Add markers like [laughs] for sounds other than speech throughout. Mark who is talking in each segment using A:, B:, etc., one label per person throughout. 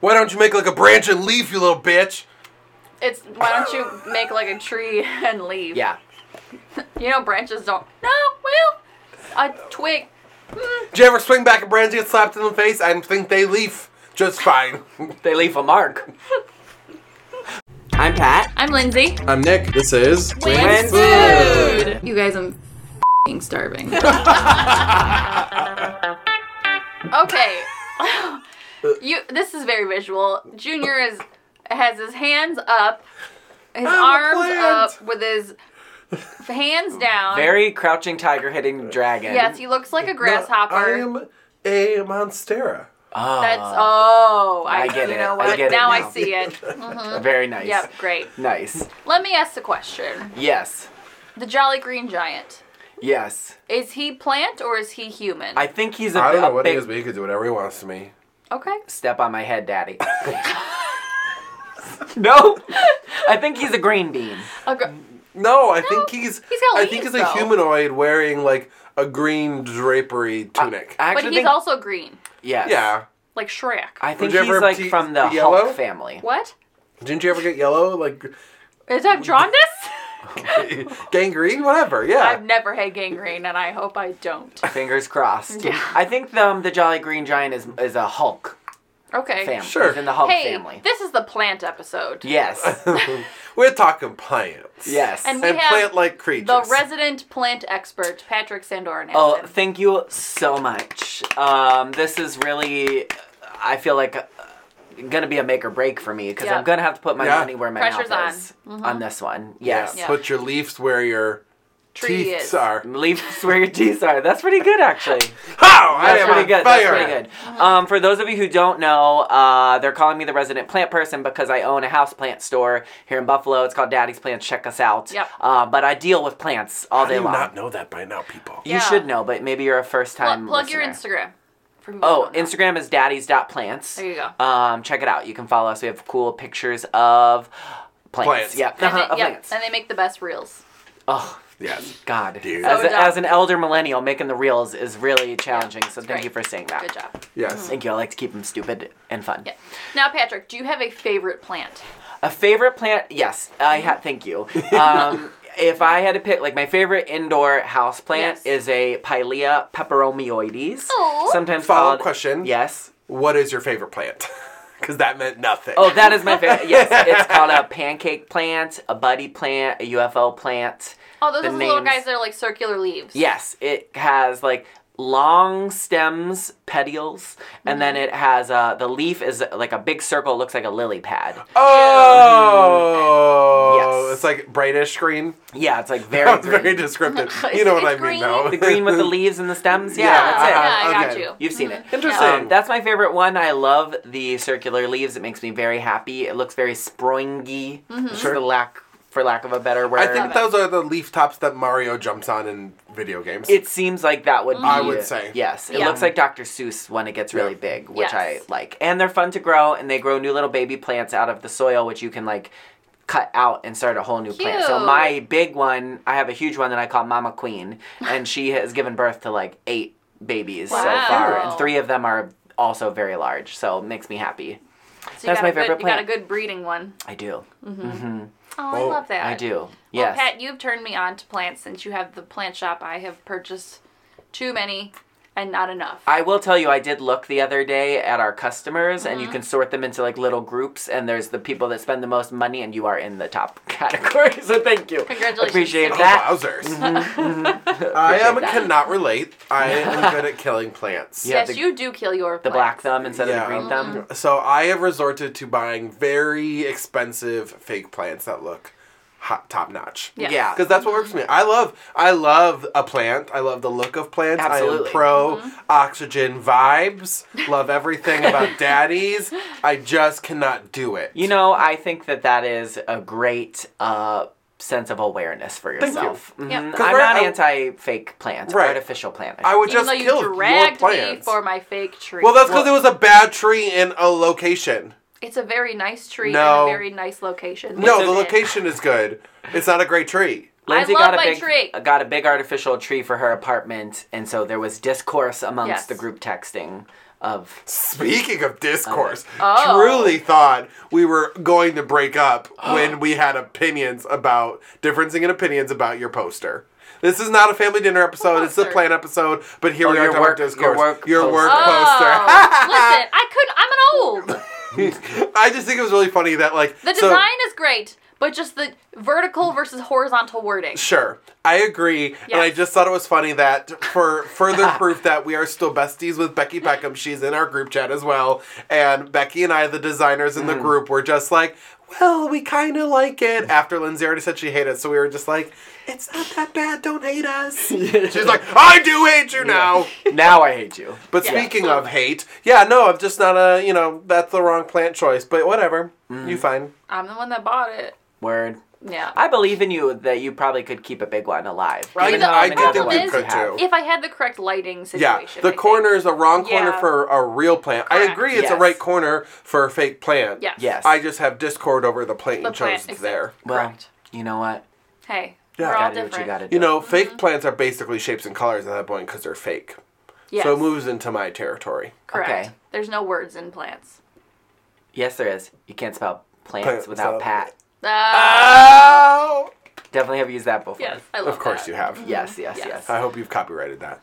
A: Why don't you make like a branch and leaf, you little bitch?
B: It's why don't you make like a tree [laughs] and leave?
C: Yeah.
B: You know branches don't. No, well, a twig. Mm,
A: Did you ever swing back a branch and get slapped in the face? I think they leaf just fine.
C: They leave a mark. I'm Pat.
B: I'm Lindsay.
A: I'm Nick.
D: This is
C: Win
B: food. You guys, I'm
A: [laughs]
B: f***ing starving. okay. [laughs] you. This is very visual. Junior is has his hands up, his
A: I'm a
B: arms
A: plant.
B: up, with his hands down.
C: Very crouching tiger hitting dragon.
B: Yes, he looks like a grasshopper.
A: I am a monstera.
C: Oh,
B: That's oh, I,
C: I get
B: you
C: it.
B: Know
C: I
B: what?
C: get it
B: now,
C: now.
B: I see it.
C: [laughs] very nice.
B: Yep, great.
C: Nice.
B: Let me ask the question:
C: Yes.
B: The Jolly Green Giant
C: Yes.
B: is he plant or is he human?
C: I think he's a,
A: I don't know
C: a
A: what
C: big
A: it is, but he could do whatever he wants to me.
B: okay.
C: step on my head,
B: [laughs]
C: daddy. no. I think he's a green bean.
B: A gr-
A: No, I think he's.
B: he's got
A: I think he's
B: leaves,
A: a
B: though.
A: humanoid wearing like a green drapery tunic.
C: I
B: but
C: actually
B: he's
C: think
B: also green,
C: yes.
A: yeah.
B: like Shrek.
C: I think
A: Would you
C: he's
A: ever
C: like
A: tease
C: from the
A: yellow?
B: [laughs]
C: Hulk family.
B: what?
A: Didn't you ever get yellow, like [laughs]
B: Is that jaundice?
C: [laughs]
A: gangrene, whatever?
B: I've
A: Yeah.
B: never had gangrene, and I hope I don't.
C: Fingers crossed.
B: Yeah.
C: I think the, um, the Jolly Green Giant is is a Hulk
B: Okay.
C: family.
A: Sure.
C: He's in the Hulk
B: Hey,
C: family.
B: this is the plant episode.
A: [laughs]
C: yes.
A: We're talking plants.
C: yes.
B: And we
A: And
B: have
A: plant-like creatures.
B: The resident plant expert, Patrick Sandoran.
C: Oh, thank you so much. Um, this is really, I feel like, uh, gonna be a make or break for me because
B: Yeah.
C: I'm gonna have to put my
A: Yeah.
C: money where my
B: Pressure's Mm-hmm.
C: mouth is on this one. Yes.
B: Yeah.
A: Put your leaves where your
B: Tree
A: teeth
B: is.
A: are.
C: Mm-hmm. Leaves where your teeth are. That's pretty good,
A: [laughs]
C: actually.
A: How? I
C: That's
A: am
C: pretty
A: on
C: good.
A: Fire.
C: That's pretty good. Um, for those of you who don't know, uh, they're calling me the resident plant person because I own a house plant store here in Buffalo. It's called Daddy's Plants. Check us out.
B: Yep.
C: Uh, but I deal with plants all
A: How do
C: day
A: you
C: long.
A: not know that by now, people?
C: You
B: Yeah.
C: should know, but maybe you're a first
B: Pl-
C: time.
B: plug your
C: listener.
B: Instagram. for people
C: Oh,
B: who don't know.
C: Instagram is daddies.plants.
B: There you go.
C: Um, check it out. You can follow us. We have cool pictures of plants.
A: Plants.
C: Yep.
B: And
C: Uh-huh,
B: they,
C: of
B: yep,
C: plants.
B: and they make the best reels.
C: Oh, [laughs]
A: Yes.
C: God.
A: Dude.
C: As,
B: So
C: a,
B: dumb.
C: as an elder millennial, making the reels is really challenging. so
B: it's
C: thank
B: great.
C: you for saying that.
B: Good job.
A: Yes.
C: Thank you. I like to keep them stupid and fun.
B: Yeah. Now, Patrick, do you have a favorite plant?
C: A favorite plant? Yes. I
B: Mm-hmm.
C: ha- thank you. Um, [laughs] if I had to pick, like my favorite indoor house plant
B: Yes.
C: is a Pilea peperomioides.
B: Aw.
C: Sometimes
A: Follow-up
C: called-
A: question.
C: Yes.
A: What is your favorite plant? [laughs] Because that meant nothing.
C: Oh, that is
A: [laughs]
C: my favorite. Yes, it's called a pancake plant, a buddy plant, a UFO plant.
B: Oh, those
C: The
B: are the little
C: names.
B: guys that are like circular leaves.
C: Yes, it has like long stems, petioles, and then
A: Mm-hmm.
C: it has uh, the leaf is like a big circle, looks like a lily pad.
A: Oh.
C: Yes.
A: It's like brightish
C: [laughs]
A: green.
C: Yeah, it's like
A: [laughs] That
C: very
A: was very
B: [laughs]
C: green.
A: descriptive. you know what I
B: It's
A: mean,
C: [laughs]
A: though.
B: [laughs]
C: the green
A: [laughs]
C: with the leaves and the stems. Yeah,
A: Yeah,
C: that's it.
B: yeah, I got
A: okay.
B: you.
C: You've seen it.
A: Interesting.
C: Um, that's my favorite one. I love the circular leaves. It makes me very happy. It looks very springy, for lack for lack of a better word.
A: Mm-hmm. I
B: Love
A: think
B: it.
A: those are the leaf tops that Mario jumps on in video games.
C: It seems like that would be.
A: I would say.
C: Yes. It
B: Yeah.
C: looks like Dr. Seuss when it gets really
A: Yeah.
C: big, which I
B: Yes.
C: like. And they're fun to grow, and they grow new little baby plants out of the soil, which you can like cut out and start a whole new plant. So
B: Cute.
C: my big one, I have a huge one that I call Mama Queen, and she has given birth to like eight babies
B: Wow.
C: so far, and
B: Cute.
C: three of them are also very large. So it makes me
B: So
C: happy.
B: you
C: That's
B: got
C: my
B: a good-
C: favorite
B: You got
C: plant.
B: a good breeding one.
C: I do.
B: Oh, I
A: Oh,
B: love that.
C: I do.
B: Well,
C: Yes.
B: Pat, you've turned me on to plants since you have the plant shop. I have purchased too many and not enough.
C: I will tell you, I did look the other day at our customers, and you
A: Mm-hmm.
C: can sort them into like little groups. And there's the people that spend the most money, and you are in the top [laughs] category. So thank you.
B: Congratulations.
C: Appreciate
B: Oh,
C: that. Mm-hmm.
A: Oh, wowzers. I am,
C: Appreciate that.
A: cannot relate. I
C: [laughs]
A: am good at killing plants.
C: Yeah,
B: yes,
C: the-
B: you do kill your
C: The black
B: plants.
C: thumb instead
A: Yeah.
C: of the green thumb.
A: So I have resorted to buying very expensive fake plants that look hot, top notch.
B: Yes.
C: Yeah.
A: Because that's what works for me. I love, I love a plant. I love the look of plants. I
C: Absolutely.
A: am pro
B: Mm-hmm.
A: oxygen vibes. Love everything
B: [laughs]
A: about daddies. I just cannot do it.
C: You know, I think that that is a great uh, sense of awareness for
A: Thank you.
C: yourself. Mhm.
B: Yeah. 'Cause
C: I'm
A: we're-
C: not
A: I-
C: anti-fake plant,
A: Right.
C: artificial plant.
A: I would
B: Even
A: just
B: though you
A: kill your
B: dragged me
A: plants.
B: for my fake tree.
A: well, that's because it was a bad tree in a location.
B: It's a very nice tree
A: No.
B: in a very nice location.
A: No,
B: It's
A: the
B: a-
A: location is good. It's not a great tree.
C: Lindsay
B: I love
C: got a
B: my
C: big
B: tree.
C: got a big artificial tree for her apartment, and so there was discourse amongst
B: Yes.
C: the group texting of
A: Speaking of discourse,
B: Oh.
A: truly thought we were going to break up
B: [gasps]
A: when we had opinions about differencing in opinions about your poster. This is not a family dinner episode. It's a
B: poster?
A: plan episode. But here
C: Oh,
A: we are
C: your
A: talking
C: work-
A: about
C: your
A: discourse. Your work,
C: work
A: poster.
B: Oh,
C: poster. [laughs]
B: listen, I couldn't. I'm an old.
A: [laughs] I just think it was really funny that like
B: The
A: so-
B: design is great, but just the vertical versus horizontal wording.
A: Sure, I agree, and I
B: Yes.
A: just thought it was funny that for
B: [laughs]
A: further proof that we are still besties with Becky Beckham, she's in our group chat as well, and Becky and I, the designers in the
B: Mm.
A: group, were just like, "Well, we kind of like it." After Lindsay already said she hated it, so we were just like, "It's not that bad. Don't hate us."
B: [laughs]
A: she's like, "I do hate you now."
C: now I hate you.
A: But
B: Yeah.
A: speaking of hate, yeah, no, I'm just not a you know that's the wrong plant choice, but whatever,
B: Mm.
A: you fine.
B: I'm the one that bought it.
C: Word.
B: Yeah.
C: I believe in you that you probably could keep a big one alive.
A: Right.
C: even
B: The
C: how many
B: problem
C: different
B: is-
C: ones you have.
A: too.
B: if I had the correct lighting
A: Yeah,
B: situation. I
A: the
B: think.
A: corner is a wrong corner
B: Yeah.
A: for a real plant. I
B: Correct.
A: agree, it's a
C: Yes.
A: right corner for a fake plant.
B: Yes.
C: Yes.
A: I just have discord over the plant
B: The
A: you chose
B: plant. exact-
A: there.
C: Well,
B: Correct.
C: you know what?
B: Hey.
A: Yeah.
B: We're all
C: Gotta do
B: different.
C: what you gotta do.
A: You know,
B: Mm-hmm.
A: fake plants are basically shapes and colors at that point because they're fake.
B: Yes.
A: So it moves into my territory.
B: Correct.
C: Okay.
B: There's no words in plants.
C: yes, there is. You can't spell plants
A: Plants
C: without
A: without-
C: pat.
B: Uh,
A: Oh!
C: Definitely have used that before.
B: yes. I love
A: Of course
B: that.
A: you have.
C: Yes, yes,
B: Yes.
C: yes.
A: I hope you've copyrighted that.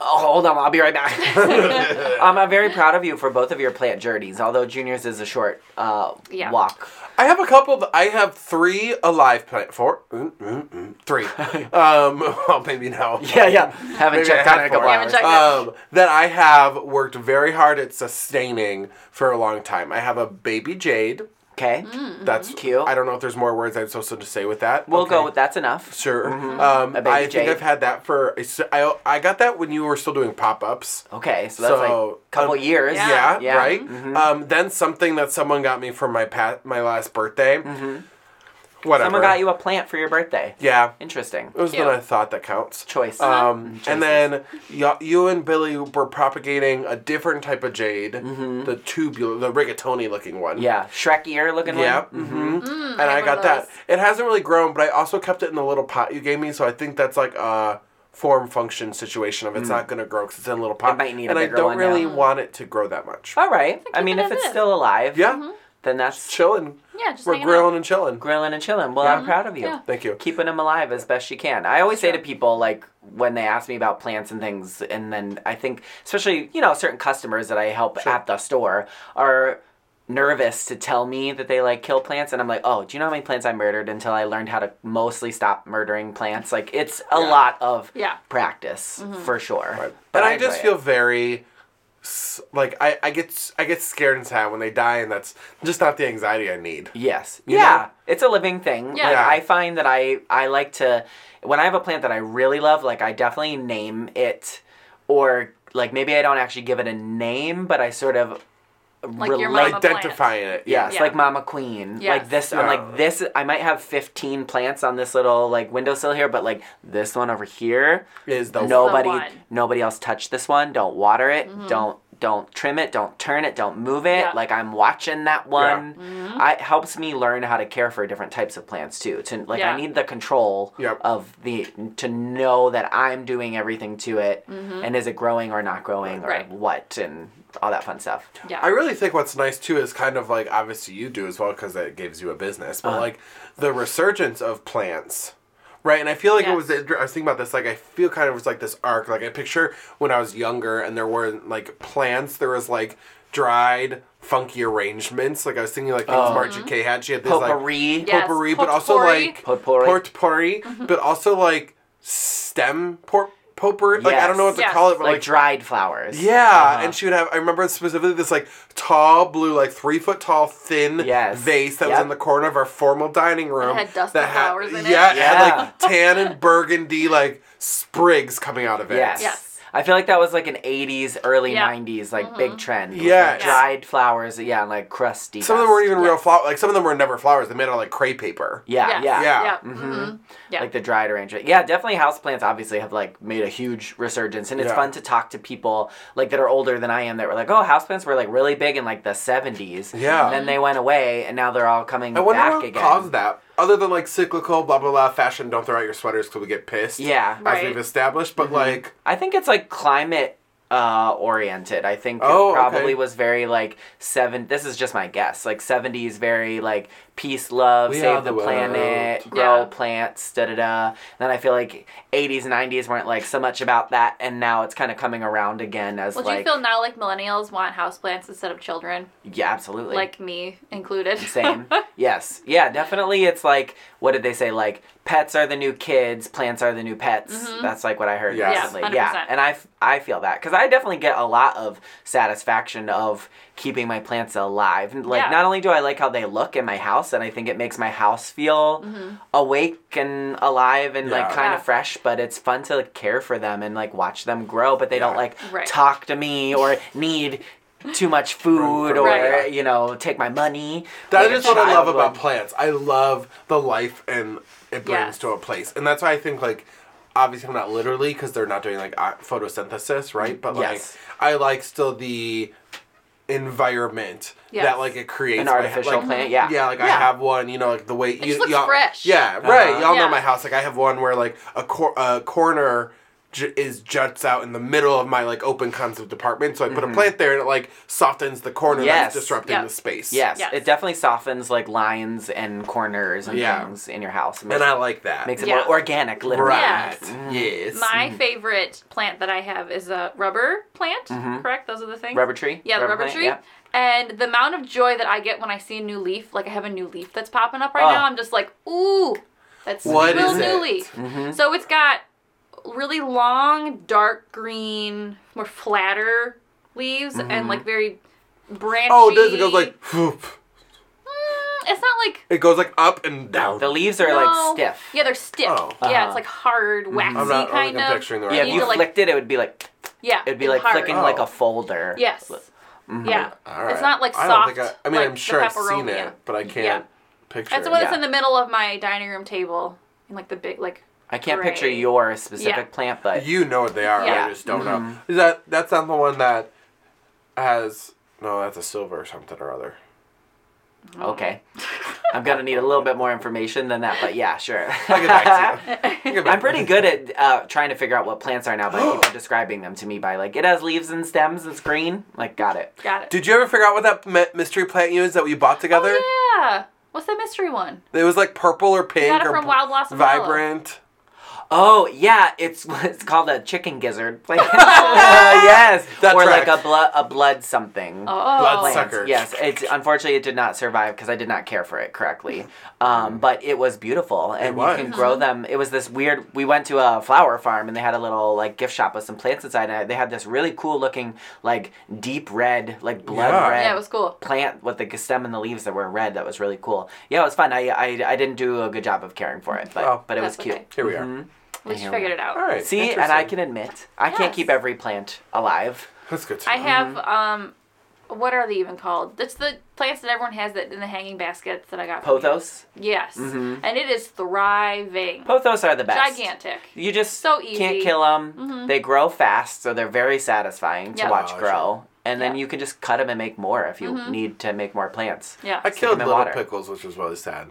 C: Oh, hold on. I'll be right back.
A: [laughs]
C: [laughs] um, I'm very proud of you for both of your plant journeys, although Junior's is a short uh,
B: Yeah.
C: walk. [laughs]
A: I have a couple. Of, I have three alive plant. Four. Mm, mm, mm, [laughs] three. um, well, maybe no.
C: Yeah, yeah. Haven't
A: Maybe
C: checked
A: I
C: out
A: had
C: in a couple
A: four.
B: Haven't
C: hours.
B: checked-
A: um, that I have worked very hard at sustaining for a long time. I have a baby jade.
C: okay.
B: Mm.
A: That's
C: Cute.
A: I don't know if there's more words I'm supposed to say with that.
C: We'll go
A: Okay.
C: with that's enough.
A: Sure. Um,
C: A baby
A: I think
C: jade.
A: I've had that for. I, I got that when you were still doing pop ups.
C: Okay, so that's
A: So,
C: like a couple
A: um,
C: years.
B: Yeah.
A: Yeah,
C: Yeah. Mm-hmm.
A: right. Um, then something that someone got me for my pa- my last birthday. Whatever.
C: Mm-hmm. Someone got you a plant for your birthday.
A: Yeah,
C: Interesting.
A: it was
B: Cute.
A: when I thought that counts.
C: Choice.
A: Um, and then y- you and Billy were propagating a different type of jade, the tubular, the rigatoni looking one.
C: Mm-hmm. yeah. Shrek ear looking
A: Yeah.
C: one.
A: Mm-hmm. and
B: Mm, I
A: I,
B: have one
A: got
B: of
A: that.
B: those.
A: It hasn't really grown, but I also kept it in the little pot you gave me, so I think that's like a form function situation of it's not going to grow because it's in a little pot.
C: Mm. might need a
A: and I
C: bigger
A: don't
C: one now.
A: really want it to grow that much.
B: Oh.
C: All right. I
B: keep
C: mean,
B: it
C: if
B: as
C: it's
B: is.
C: still alive,
A: Yeah.
C: then that's
A: Chilling.
B: Yeah, Mm-hmm. just
A: We're
B: hanging
A: grilling
B: out.
A: and chilling.
C: grilling and chilling. Well, I'm proud of you.
B: Yeah.
A: Thank you.
C: Keeping them alive as best you can. I always say to people, like, when they ask me about plants and things, and then I think, especially, you know, certain customers that I help at the store are nervous to tell me that they like kill plants and I'm like, "Oh, do you know how many plants I murdered until I learned how to mostly stop murdering plants?" Like it's a
A: Yeah.
C: lot of
B: Yeah. Mm-hmm.
C: practice for sure. But
A: and I, just
C: enjoy
A: feel
C: it.
A: very s- like I, I get s- I get scared and sad when they die, and that's just not the anxiety I need.
C: Yes.
A: You
C: yeah.
A: know?
C: It's a living thing.
B: Yeah.
C: Like,
A: Yeah.
C: I find that I I like to when I have a plant that I really love, like I definitely name it or like maybe I don't actually give it a name, but I sort of
B: your
C: relate-
B: mama-
A: Identifying it,
C: Yes,
B: Yeah.
C: like Mama Queen.
B: Yes.
C: Like this,
A: Yeah.
C: I'm like this. I might have 15 plants on this little like windowsill here, but like this one over here,
A: is the
B: No.
C: nobody,
B: one.
C: nobody else touch this one. Don't water it. Don't don't trim it. Don't turn it. Don't move
B: Mm-hmm.
C: it.
B: Yeah. Mm-hmm.
C: Like I'm watching that one. I, it helps me learn how to care for different types of plants too. To like
B: Yeah.
C: I need the control
A: Yep.
C: of the to know that I'm doing everything to it, and is it growing or not growing or
B: Mm-hmm. Right.
C: what and all that fun stuff.
B: Yeah.
A: I really think what's nice too is kind of like obviously you do as well because it gives you a business, but like the resurgence of plants, right? And I feel like it was.
B: Yes.
A: I was thinking about this. Like I feel kind of was like this arc. Like I picture when I was younger and there weren't like plants. There was like dried funky arrangements. Like I was thinking like things Margie K had. She had this like
C: Potpourri.
B: Yeah. Yes,
A: potpourri, but also
B: potpourri. Mm-hmm.
A: like
C: Potpourri.
A: potpourri, but also like stem por- potpourri. Like I don't know what to
B: Yes.
A: call it, but
C: like, Uh-huh.
A: like
C: dried flowers.
A: yeah,
B: Uh-huh.
A: and she would have. I remember specifically this like tall blue, like three foot tall, thin
C: Yes.
A: vase that was
C: Yep.
A: in the corner of our formal dining room.
B: had dusty
A: that had-
B: flowers in it.
A: Yeah, it had
C: Yeah.
A: like [laughs] tan and burgundy like sprigs coming out of it.
C: Yes.
B: Yes.
C: I feel like that was like an 80s, early
B: Yeah. Mm-hmm.
C: 90s, like big trend. It was,
A: Yes.
C: Like, dried flowers, yeah, and like crusty.
A: Some of them
C: dust.
A: weren't even real
B: Yes.
A: flowers. Like some of them were never flowers. They made out of like crepe paper.
C: Yeah,
B: Yes.
C: yeah.
A: Yeah.
B: Yeah. mhm. Yeah.
C: Like the dried arrangement. Yeah, definitely houseplants obviously have like made a huge resurgence. And it's
A: Yeah.
C: fun to talk to people like that are older than I am that were like, oh, houseplants were like really big in like the 70s.
A: Yeah.
C: And then they went away and now they're all coming
A: I wonder
C: back
A: what
C: again.
A: caused that. Other than like cyclical, blah blah blah, fashion. Don't throw out your sweaters till we get pissed.
C: Yeah.
A: as
B: Right.
A: we've established. But like,
C: I think it's like climate uh, oriented. I think
A: Oh,
C: it probably
A: okay.
C: was very like seven. This is just my guess. Like seventies, very like peace, love,
A: We are
C: save the,
A: the
C: planet,
A: world.
C: grow
B: Yeah.
C: plants, da da da. Then I feel like eighties, nineties weren't like so much about that, and now it's kind of coming around again as
B: Well, do
C: like
B: you feel now like millennials want houseplants instead of children,
C: yeah, absolutely
B: like me included?
C: Same. yes. Yeah, definitely. It's like, what did they say? Like, pets are the new kids, plants are the new pets.
B: Mhm.
C: That's like what I heard
A: Yes. Yeah,
C: recently.
B: 100%.
C: And I, f- I feel that because I definitely get a lot of satisfaction of keeping my plants alive. And, Like,
B: Yeah.
C: not only do I like how they look in my house, and I think it makes my house feel awake and alive and like
A: Yeah.
C: kind
B: Mm-hmm. Yeah.
C: of fresh, but it's fun to like, care for them and like watch them grow, but they don't
A: Yeah.
C: like
B: Right.
C: talk to me or need. Too much food, or
B: Right.
C: you know, take my money.
A: That
C: Like a
A: is what I
C: child
A: love about
C: would.
A: plants. I love the life and it brings
B: Yes.
A: to a place, and that's why I think like obviously not literally because they're not doing like uh, photosynthesis, right? But like
C: Yes.
A: I like still the environment
B: Yes.
A: that like it creates
C: an
A: My-
C: artificial
A: like,
C: plant. Yeah.
A: Yeah, like I
B: Yeah.
A: have one, you know, like the way you
B: just looks
A: y'all,
B: fresh.
A: Yeah, right.
C: Uh-huh.
A: Y'all
B: Yeah.
A: know my house. Like I have one where like a, cor- a corner j- is juts out in the middle of my like open concept apartment. So I put
B: Mm-hmm.
A: a plant there and it like softens the corner
C: Yes.
A: that's disrupting
B: Yeah.
A: the space.
C: Yes,
B: Yes.
C: it definitely softens like lines and corners and
A: Yeah.
C: things in your house. It makes,
A: And I like that.
C: makes it
B: Yeah.
C: more organic, literally.
A: Right. Mm.
B: Yes.
A: Yes.
B: [laughs] My favorite plant that I have is a rubber plant.
C: Mhm.
B: Correct? Those are the things.
C: Rubber tree.
B: Yeah, the rubber
C: plant,
B: tree.
C: yeah.
B: And the amount of joy that I get when I see a new leaf, like I have a new leaf that's popping up right
C: Oh.
B: now, I'm just like, ooh, that's
A: What
B: real
A: is
B: new
A: it?
B: leaf.
C: Mm-hmm.
B: So it's got really long, dark green, more flatter leaves,
C: Mm-hmm.
B: and like very branchy.
A: oh, it does. It goes like. whoop.
B: Mm, it's not like
A: It goes like up and down.
C: The leaves are
B: no.
C: like stiff.
B: Yeah, they're stiff.
A: Oh.
B: Yeah,
C: Uh-huh.
B: it's like hard, waxy
A: I'm not. I
B: kind
A: think I'm
B: of.
A: picturing the
C: Yeah,
A: right
C: if
B: You
C: you
B: need to, like-
C: flicked it, it would be like
B: Yeah,
C: it'd be
B: and
C: like
B: hard.
C: flicking like
A: Oh.
C: a folder.
B: Yes. Yeah.
A: one. All right.
B: It's not like
A: I
B: soft.
A: don't think I, I mean,
B: like
A: I'm
B: the
A: sure I've seen
B: pepperoni.
A: it, but I can't picture
B: That's the
A: it.
B: one that's
C: Yeah.
B: in the middle of my dining room table, in like the big like.
C: I can't
B: Gray.
C: picture your specific
B: Yeah.
C: plant, but
A: You know what they are.
B: Yeah.
A: I just don't know.
C: Mm-hmm.
A: Is that that's not the one that has? No, that's a silver or something or other.
B: Oh. [laughs]
C: okay. I'm gonna need a little bit more information than that, but
A: [laughs]
C: yeah, sure.
A: I'll get back to
B: [laughs]
A: you. I'll get back
C: I'm pretty
A: to
C: good at uh, trying to figure out what plants are now by
A: [gasps]
C: people describing them to me by like it has leaves and stems, it's green. Like got it.
B: Got it.
A: you. Did you ever figure out what that me- mystery plant you is that we bought together?
B: Oh, yeah. What's that mystery one?
A: It was like purple or pink
B: Got it
A: or
B: from
A: bl-
B: Wild Blossom Hollow.
A: vibrant.
C: Oh yeah, it's [laughs] it's called a chicken
B: [laughs]
C: gizzard. [laughs] Like, uh, yes,
A: That
C: or like
A: tracks.
C: a blood a blood something.
B: Oh.
A: Bloodsucker.
C: Plants. Yes, it's unfortunately it did not survive because I did not care for it correctly. Um, but it was beautiful, and you
A: Mm. was.
C: can
B: Uh-huh.
C: grow them. It was this weird. We went to a flower farm, and they had a little like gift shop with some plants inside. And they had this really cool looking like deep red, like blood
A: Yeah.
C: red
B: Yeah, it was cool.
C: plant with the stem and the leaves that were red. That was really cool. Yeah, it was fun. I I, I didn't do a good job of caring for it, but
A: Oh.
C: but it was
B: That's
C: cute. Mm-hmm.
B: okay.
A: Here we are.
B: At least you
C: Here we
B: figured it out.
A: All right.
C: See, and I
A: interesting.
C: can admit, I can't
B: Yes.
C: keep every plant alive.
A: That's good. To
B: I
C: Mm-hmm.
A: know.
B: have um, what are they even called? That's the plants that everyone has that in the hanging baskets that I got. from you.
C: Pothos, Mm-hmm.
B: Yes, and it is thriving,
C: pothos are the best.
B: gigantic.
C: You just
B: So
C: can't
B: easy. Mm-hmm.
C: kill them. They grow fast, so they're very satisfying to
B: Yeah.
C: watch
A: Wow,
C: grow. And
B: Yeah.
C: then
B: Mm-hmm.
C: you can just cut them and make more if you need to make more plants.
B: Yeah.
A: I
C: them
A: killed
C: in
A: little
C: water.
A: pickles, which was really sad.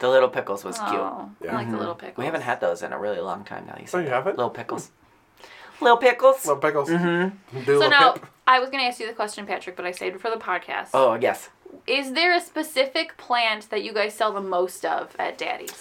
C: The little pickles was cute.
B: Oh,
A: Yeah.
B: I like the
A: Mhm.
B: little pickles.
C: We haven't had those in a really long time now. You
A: Oh,
C: said
A: you
C: that.
A: haven't?
C: little pickles. Little pickles.
A: Little pickles. Mm-hmm. Do a
B: So
A: little
B: now
A: pip.
B: I was gonna ask you the question, Patrick, but I saved it for the podcast.
C: oh yes.
B: Is there a specific plant that you guys sell the most of at Daddy's?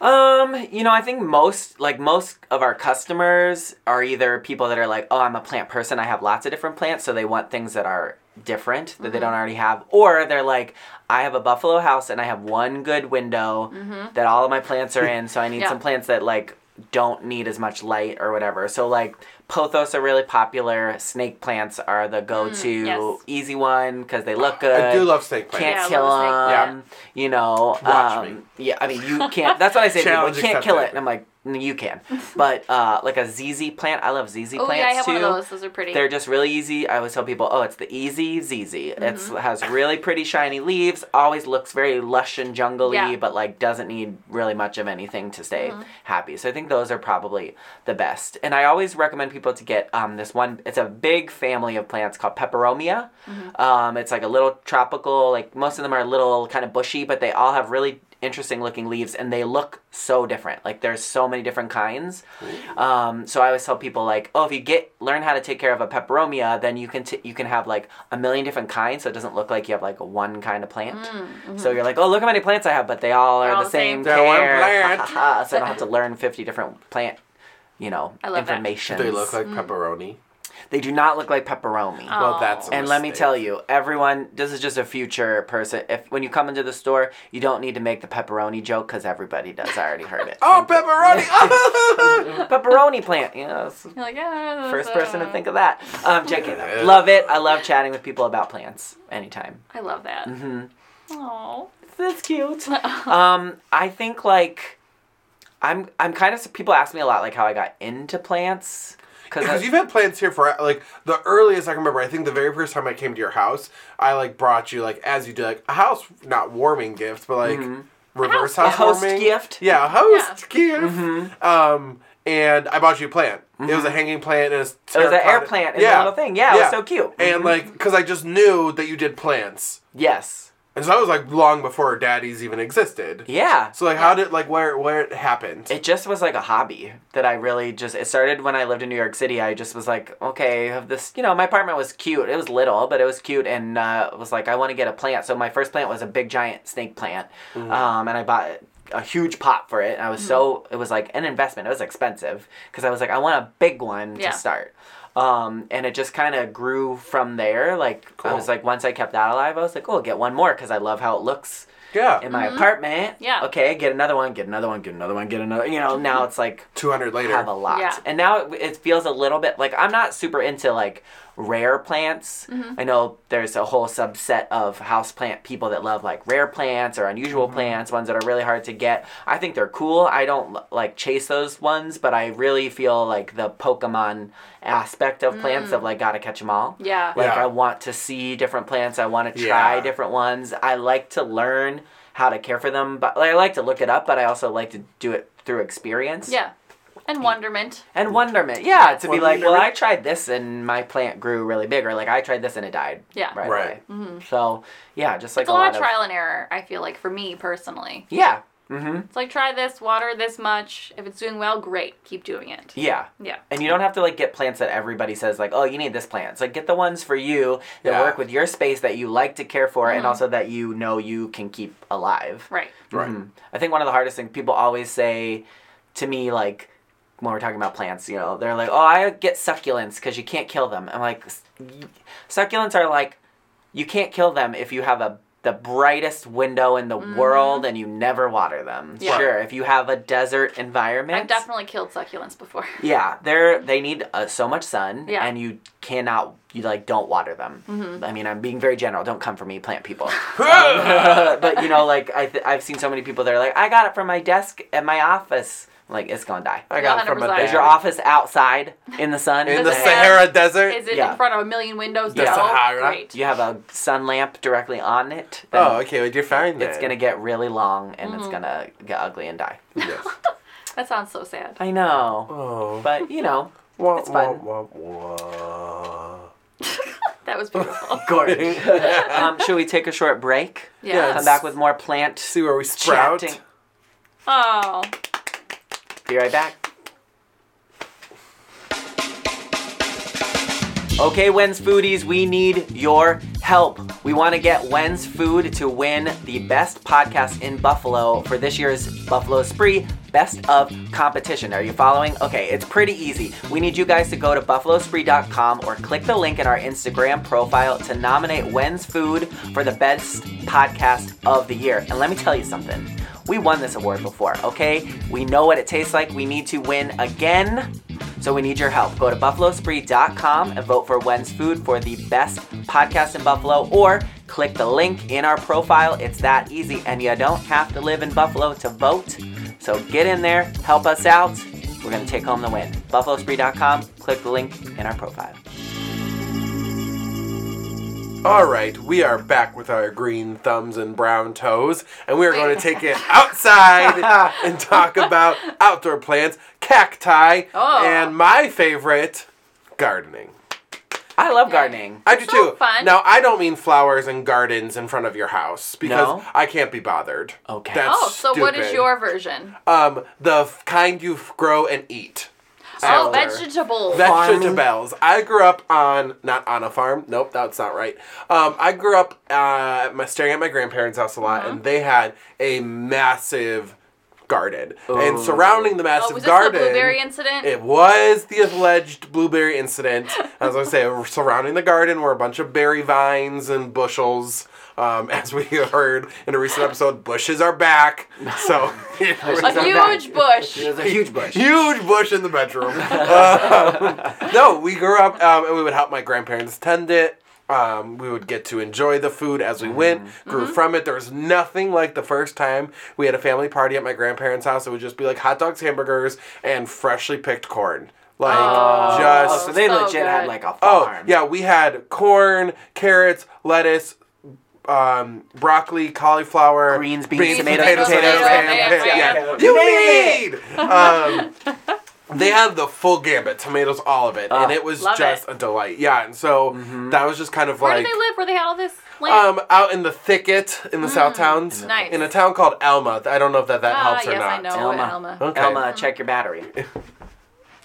C: Um, you know, I think most like most of our customers are either people that are like, "Oh, I'm a plant person. I have lots of different plants," so they want things that are different that they don't already have, or they're like, "I have a buffalo house and I have one good window that all of my plants are in, so I need
B: Yeah.
C: some plants that like don't need as much light or whatever." So like pothos are really popular. Snake plants are the go-to
B: yes.
C: easy one cuz they look good.
A: I do love snake plants.
C: Can't
B: Yeah,
C: kill
B: love snake
C: them, you know.
A: Watch
C: um,
A: me.
C: yeah, I mean, you can't. That's what I say. to people.
A: Challenge
C: You can't kill
A: accepted.
C: it, and I'm like, "No, you can. But uh, like a ZZ plant, I love ZZ
B: Oh
C: plants
B: yeah, I have
C: too.
B: one of those. Those are pretty.
C: They're just really easy. I always tell people, oh, it's the easy ZZ. It's
B: Mm-hmm.
C: It has really pretty shiny leaves. Always looks very lush and jungly,
B: Yeah.
C: but like doesn't need really much of anything to stay happy. So I think those are probably the best. And I always recommend people to get um, this one. It's a big family of plants called peperomia. Um, it's like a little tropical. Like most of them are little kind of bushy, but they all have really interesting looking leaves, and they look so different. Like there's so many different kinds. Um, so I always tell people like, oh, if you get learn how to take care of a peperomia, then you can t- you can have like a million different kinds, so it doesn't look like you have like one kind of plant. So you're like, oh, look how many plants I have, but they all are
B: all
C: the
B: the same.
C: same,
A: They're one
C: care. [laughs]
A: plant.
C: so I don't have to learn fifty different plant. You know,
B: I love that.
C: information.
A: They look
B: Mm.
A: like pepperoni.
C: They do not look like pepperoni.
B: Oh.
A: Well, that's a
C: And let me
A: mistake.
C: tell you, everyone, this is just a future person. If when you come into the store, you don't need to make the pepperoni joke because everybody does. I already heard it.
A: [laughs] Oh, pepperoni! [laughs]
C: pepperoni plant. You know, it's the
B: You're like, yeah, that's, [laughs]
C: first person to
B: uh,
C: think of that. Um, checking.
A: Yeah.
C: Love it. I love chatting with people about plants anytime.
B: I love that.
C: Mm-hmm.
B: Oh,
C: That's cute. um, I think like, I'm I'm kind of people ask me a lot like how I got into plants
A: Because you've had plants here for like the earliest I can remember. I think the very first time I came to your house, I like brought you like as you do like a house not warming gift, but like reverse
C: Mm-hmm. A
A: house,
C: host
A: warming
C: gift.
A: Yeah, a host gift.
C: Mhm.
A: Um, and I bought you a plant. It was a hanging plant and it's
C: Mm-hmm. It was an air plant. It's a little thing. Yeah, it was so cute. Mm-hmm.
A: And like, because I just knew that you did plants,
C: yes.
A: and so that was like long before daddies even existed.
C: Yeah.
A: So like, how did like where where it happened?
C: it just was like a hobby that I really just it started when I lived in New York City. I just was like, okay, I have this you know, my apartment was cute. It was little, but it was cute and uh was like I want to get a plant. So my first plant was a big giant snake plant.
A: Mm.
C: Um and I bought a huge pot for it. And I was so it was like an investment. It was expensive because I was like I want a big one
B: Yeah.
C: to start. Um, and it just kind of grew from there. Like I
A: Cool.
C: was like, once I kept that alive, I was like, oh, I'll get one more because I love how it looks
A: yeah,
C: in my apartment.
B: Mm-hmm. Yeah.
C: Okay, get another one, get another one, get another one, get another. You know, now it's like
A: two hundred later.
C: have a lot.
B: Yeah.
C: And now it, it feels a little bit like I'm not super into like rare plants.
B: Mm-hmm.
C: I know there's a whole subset of houseplant people that love like rare plants or unusual plants, ones that are really hard to get. I think they're cool. I don't like chase those ones, but I really feel like the Pokemon aspect of
B: Mm.
C: plants of like gotta catch them all.
B: yeah.
C: Like
A: Yeah.
C: I want to see different plants. I want to try
A: Yeah.
C: different ones. I like to learn how to care for them, but like, I like to look it up. But I also like to do it through experience.
B: yeah. And wonderment.
C: And wonderment. Yeah. To be like, well,
A: Wonderment.
C: I tried this and my plant grew really big, or like I tried this and it died.
B: Yeah. Mm-hmm.
C: Right.
A: Right.
C: away. So yeah, just like
B: It's a lot of trial and error, I feel like, for me personally.
C: Yeah. Mm-hmm.
B: It's like, try this, water this much. If it's doing well, great. Keep doing it.
C: Yeah.
B: Yeah.
C: And you don't have to like get plants that everybody says like, oh, you need this plant. It's like get the ones for you that
A: Yeah.
C: work with your space that you like to care for,
B: Mm-hmm.
C: and also that you know you can keep alive.
B: Right.
A: Right.
C: Mhm. I think one of the hardest things people always say to me, like when we're talking about plants, you know, they're like, "Oh, I get succulents because you can't kill them." I'm like, "S- y- succulents are like, you can't kill them if you have a the brightest window in the world and you never water them.
B: Mm-hmm. Yeah.
C: Sure, if you have a desert environment,
B: I've definitely killed succulents
C: [laughs]
B: before.
C: yeah, they're they need uh, so much sun,
B: Yeah. Mm-hmm.
C: and you cannot you like don't water them. I mean, I'm being very general. Don't come for me, plant people.
B: [laughs]
C: Mm-hmm. [laughs] but you know, like I th- I've seen so many people that are like, I got it from my desk at my office. I'm like it's gonna die.
A: I got it from a
B: 100%.
A: dad.
C: Is your office outside in the
A: [laughs]
C: sun?
A: in
B: Does
A: the
B: it have-
A: Sahara Desert.
B: Is it
C: Yeah.
B: in front of a million windows?
A: The
B: no.
A: Sahara?
B: Great.
C: you have a sun lamp directly on it. then
A: oh, okay. Well, you're fine. Then.
C: It's gonna get really long and it's gonna get ugly and die.
A: [laughs]
C: [laughs]
A: Yes.
B: That sounds so sad.
C: I know,
A: Oh.
C: but you know,
A: Wah,
C: It's fun.
A: wah, wah, wah.
B: That
C: [laughs]
B: was beautiful.
C: gorge. [laughs] um, should we take a short break?
A: Yeah,
B: yeah.
C: Come back with more plant
A: See where we sprout.
C: Chatting.
B: Oh.
C: Be right back. Okay, Wens Foodies, we need your help. We want to get Wens Food to win the best podcast in Buffalo for this year's Buffalo Spree Best of competition. Are you following? Okay, it's pretty easy. We need you guys to go to buffalospree.com or click the link in our Instagram profile to nominate Wens Food for the best podcast of the year. And let me tell you something. We won this award before, okay? We know what it tastes like. We need to win again. So we need your help. Go to buffalospree.com and vote for Wen's Food for the best podcast in Buffalo or click the link in our profile. It's that easy and you don't have to live in Buffalo to vote. So get in there, help us out. We're going to take home the win. buffalospree.com, click the link in our profile.
A: All right, we are back with our green thumbs and brown toes, and we are going to
C: [laughs]
A: take it outside and talk about outdoor plants, cacti,
B: Oh.
A: and my favorite, gardening.
C: I love gardening.
A: I do
B: So
A: too.
B: fun.
A: Now I don't mean flowers and gardens in front of your house because
C: No?
A: I can't be bothered.
C: Okay.
A: That's
B: Oh, so what is
A: stupid.
B: your version?
A: um the f- kind you f- grow and eat? Salad.
B: Oh, vegetables.
C: Farming.
A: Vegetables. I grew up on not on a farm. Nope, that's not right. Um, I grew up uh, my, staring at my grandparents' house a
B: Uh-huh.
A: lot, and they had a massive garden, and
C: Ooh.
A: surrounding the massive
B: oh, was this
A: garden.
B: the blueberry incident?
A: It was the alleged blueberry incident.
B: [laughs]
A: I was going to say, surrounding the garden were a bunch of berry vines and bushels. Um, [laughs] as we heard in a recent episode, bushes are back. So, [laughs]
C: Bushes
B: a
C: are
B: huge bush.
C: There's a huge bush.
A: huge bush in the
C: [laughs]
A: bedroom. Um, [laughs] no, we grew up um, and we would help my grandparents tend it. Um, we would get to enjoy the food as we
C: Mm-hmm.
A: went, grew from it. There was nothing like the first time we had a family party at my grandparents' house. It would just be like hot dogs, hamburgers, and freshly picked corn. Like,
B: Oh.
C: Oh,
A: just.
C: so they
B: So
C: legit had
B: good.
C: like a farm.
A: Oh, yeah, we had corn, carrots, lettuce, um, broccoli, cauliflower,
C: Greens, beans, tomatoes,
B: potatoes,
A: ham,
B: potatoes,
A: ham,
B: ham,
A: yeah.
C: ham.
A: You
C: Yay!
A: need! Um, they had the full gambit, tomatoes, all of it, and
C: Ah.
A: it was
B: Love
A: just a delight. Yeah, and so that was just kind of
B: Where
A: like.
B: did they live? Where they had all this land?
A: Um, out in the thicket in the South Towns,
B: Nice.
A: in a town called Alma. I don't know if that, that
B: Ah,
A: helps or
B: yes,
A: not.
B: I know
C: Elma.
B: Elma.
A: Okay.
C: Elma, check
A: [laughs]
C: your battery.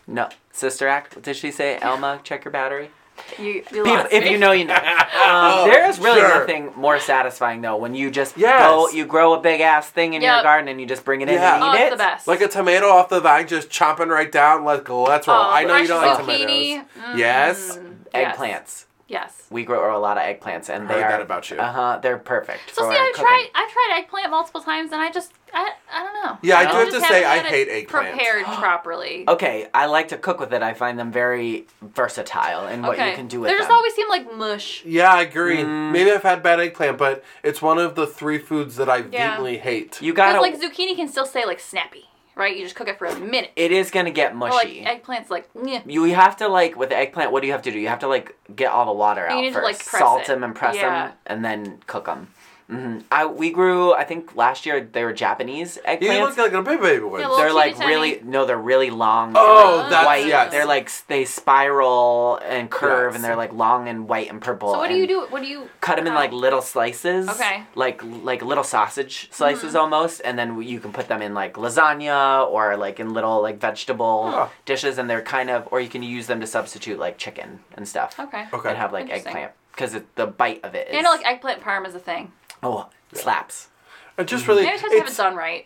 C: No, Sister Act. Did she say Elma, check your battery?
B: You, you
C: People,
B: lost
C: if
B: me.
C: you know, you know.
A: [laughs]
C: Um, there is really
A: Oh, sure.
C: nothing more satisfying though when you just
A: Yes.
C: go, you grow a big ass thing in your
B: Yep.
C: garden and you just bring it in
A: Yeah.
C: and eat
B: oh,
C: it.
B: it's the best.
A: Like a tomato off the vine, just chomping right down. Like let's roll.
B: Oh,
A: I know you
B: fresh
A: don't like
B: zucchini. Mm.
A: tomatoes. Yes,
B: Yes.
C: Eggplants.
B: Yes.
C: We grow a lot of eggplants, and they
A: heard
C: are
A: that about you.
C: Uh huh. They're perfect.
B: So
C: for
B: see, I've
C: cooking.
B: tried I've tried eggplant multiple times, and I just I, I don't know.
A: Yeah, I
C: do
B: just
C: have to
B: haven't
A: say I
B: had it
A: hate eggplant.
B: Prepared properly.
C: Okay, I like to cook with it. I find them very versatile in what you can do with
B: they
C: them.
B: just always seem like mush.
A: Yeah, I agree.
C: Mm.
A: Maybe I've had bad eggplant, but it's one of the three foods that I
B: Yeah.
A: vehemently hate.
C: you
B: Because
C: gotta.
B: like zucchini can still stay like snappy, right? You just cook it for a minute.
C: it is gonna get
B: But, like
C: mushy.
B: eggplants, like meh.
C: you have to like with the eggplant. What do you have to do? You have to like get all the water out
B: need to,
C: first,
B: like, press
C: salt
B: it.
C: them and press
B: Yeah.
C: them, and then cook them. hmm I we grew. I think last year they were Japanese
A: You
C: eggplants.
A: look like a baby baby one.
B: Yeah, well-
C: they're
B: teeny
C: like
B: tiny.
C: really no, they're really long. and,
A: Oh,
C: like,
A: that's-
C: white.
A: yes.
C: They're like s- they spiral and curve,
A: Yes.
C: and they're like long and white and purple.
B: So what do
C: and-
B: you do? What do you
C: cut them in
B: how-
C: like little slices.
B: Okay. Mm-hmm.
C: Like like little sausage slices almost, and then you can put them in like lasagna or like in little like vegetable
A: Huh.
C: dishes, and they're kind of or you can use them to substitute like chicken and stuff.
B: Okay.
A: Okay.
C: And have like
B: Interesting.
C: eggplant because the bite of it is
B: You know, like eggplant parm is a thing.
C: oh slaps.
A: It just really,
B: Maybe I just have to have it
A: it's,
B: done right.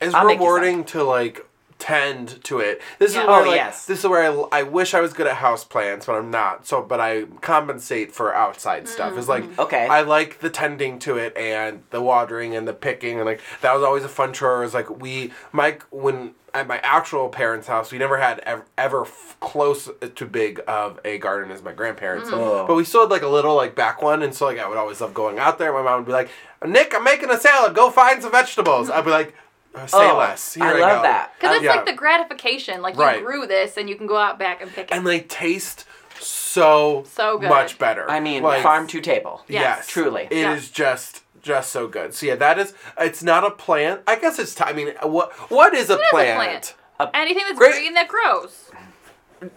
A: it's
C: I'll make you
A: rewarding to like tend to it. This
B: Yeah.
A: is where
C: Oh,
A: like,
C: yes.
A: this is where I, I wish I was good at house plants, but I'm not. So, but I compensate for outside stuff. It's like
C: Mm. Okay.
A: I like the tending to it and the watering and the picking and like that was always a fun chore. Is like we Mike when at my actual parents' house we never had ever, ever f- close to big of a garden as my grandparents,
C: Oh.
A: but we still had like a little like back one, and so like I would always love going out there. My mom would be like, "Nick, I'm making a salad. Go find some vegetables." I'd be like, "Uh, "Say
C: Oh,
A: less." Here
C: I
A: I,
C: love
A: go.
C: that.
B: Because
C: Uh,
B: it's
A: yeah.
B: like the gratification. Like you
A: Right.
B: grew this, and you can go out back and pick it.
A: And they taste so
B: So good.
A: much better.
C: I mean
A: Like,
C: farm to table.
B: Yes.
C: Truly.
A: it is
B: Yeah.
A: just just so good. So yeah, that is. It's not a plant. I guess it's. T- I mean, what what is a plant?
B: plant. Anything that's
A: Great-
B: green that grows.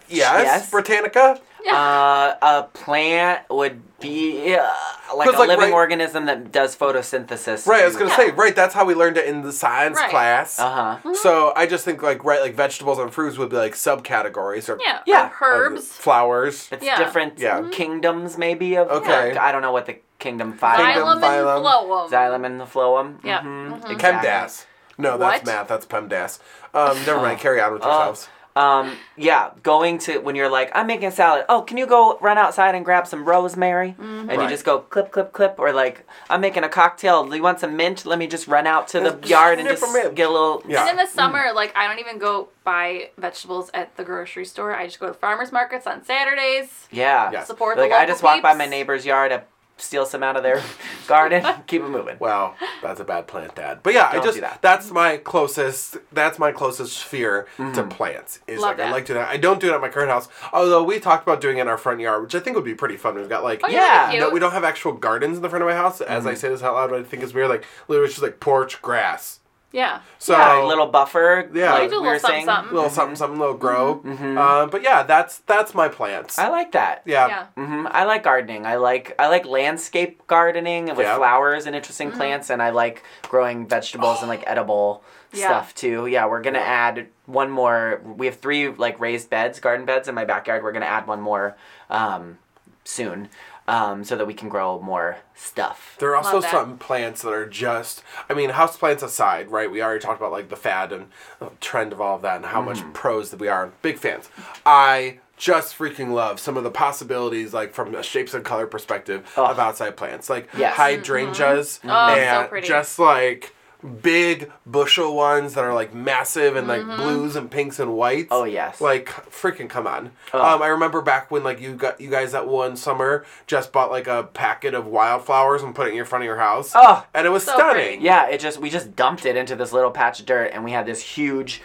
A: Yes,
C: Yes.
A: Britannica.
C: Uh, a plant would be uh, like a
A: 'Cause, like,
C: living
A: right-
C: organism that does photosynthesis.
A: Right, I
C: to-
A: was gonna say. Right, that's how we learned it in the science
B: Right. Mm-hmm.
A: class.
C: Uh-huh.
A: So I just think like right, like vegetables and fruits would be like subcategories or
B: Yeah.
C: Yeah.
B: or
A: of
B: Herbs.
A: flowers.
C: It's
B: Yeah. Mm-hmm.
C: different
A: Yeah.
C: kingdoms, maybe. Of
A: Okay.
C: like, I don't know what the kingdom five.
A: Kingdom
B: Xylem and
A: phylum.
B: phloem.
C: Xylem and the phloem.
B: Yeah.
C: Mhm.
B: Mhm.
C: Exactly.
A: Chemdas. No, that's
B: What?
A: math. That's PEMDAS. Um, never mind. Carry on with
C: Oh,
A: yourselves.
C: um, yeah, going to when you're like, I'm making a salad. Oh, can you go run outside and grab some rosemary? And
B: Mm-hmm.
C: you
A: Right.
C: just go clip, clip, clip, or like, I'm making a cocktail. Do you want some mint? Let me just run out to the yard and
A: Snip
C: just
A: a mint.
C: get a little.
A: Yeah.
B: And in the summer, like I don't even go buy vegetables at the grocery store. I just go to farmers markets on Saturdays.
C: Yeah.
A: Yes.
B: Support the
C: Like
B: local
C: I just walk by
B: peeps.
C: my neighbor's yard, I steal some out
A: [laughs]
C: of their
B: [laughs]
C: garden, keep it moving.
A: Wow, that's a bad plant, Dad. But yeah, I
C: Don't
A: just
C: do that.
A: that's my closest that's my closest fear
C: Mm-hmm.
A: to plants. Is
B: Love
A: like I
B: that.
A: like to do that. I don't do it at my current house, although we talked about doing it in our front yard, which I think would be pretty fun. We've got like
B: Oh, yeah,
C: Yeah.
B: that'd be
A: No,
B: cute.
A: we
C: Mm-hmm.
A: don't have actual gardens in the front of my house. As I say this out loud, but I think it's weird. Like literally, it's just like porch grass.
B: Yeah.
A: So
C: yeah, a little Mm-hmm. buffer.
A: Yeah.
C: like
A: You do
B: a
C: we were
B: little something,
C: saying.
B: something.
A: little something, something, little grow. Uh, but yeah, that's that's my plants.
C: Mm-hmm. I like that.
A: yeah.
B: yeah.
C: hmm I like gardening. I like I like landscape gardening with
A: Yeah.
C: flowers and interesting
B: Mm-hmm.
C: plants, and I like growing vegetables and like edible
B: Oh. Yeah.
C: stuff too. Yeah, we're gonna add one more. We have three like raised beds, garden beds in my backyard. We're gonna add one more um, soon, um, so that we can grow more stuff.
A: There are also
B: Love that.
A: some plants that are just, I mean, house plants aside, right? We already talked about like the fad and uh, trend of all of that and how
C: Mm.
A: much pros that we are. Big fans. I just freaking love some of the possibilities, like from a shapes and color perspective of outside plants, like
C: Yes.
A: hydrangeas
B: Oh, so
A: and
B: pretty.
A: just like big bushel ones that are like massive and
B: Mm-hmm.
A: like blues and pinks and whites.
C: Oh, yes.
A: Like freaking come on. Um, I remember back when like you got you guys that one summer just bought like a packet of wildflowers and put it in your front of your house.
C: Oh.
A: and it was
B: So
A: stunning.
B: pretty.
C: Yeah, it just we just dumped it into this little patch of dirt, and we had this huge,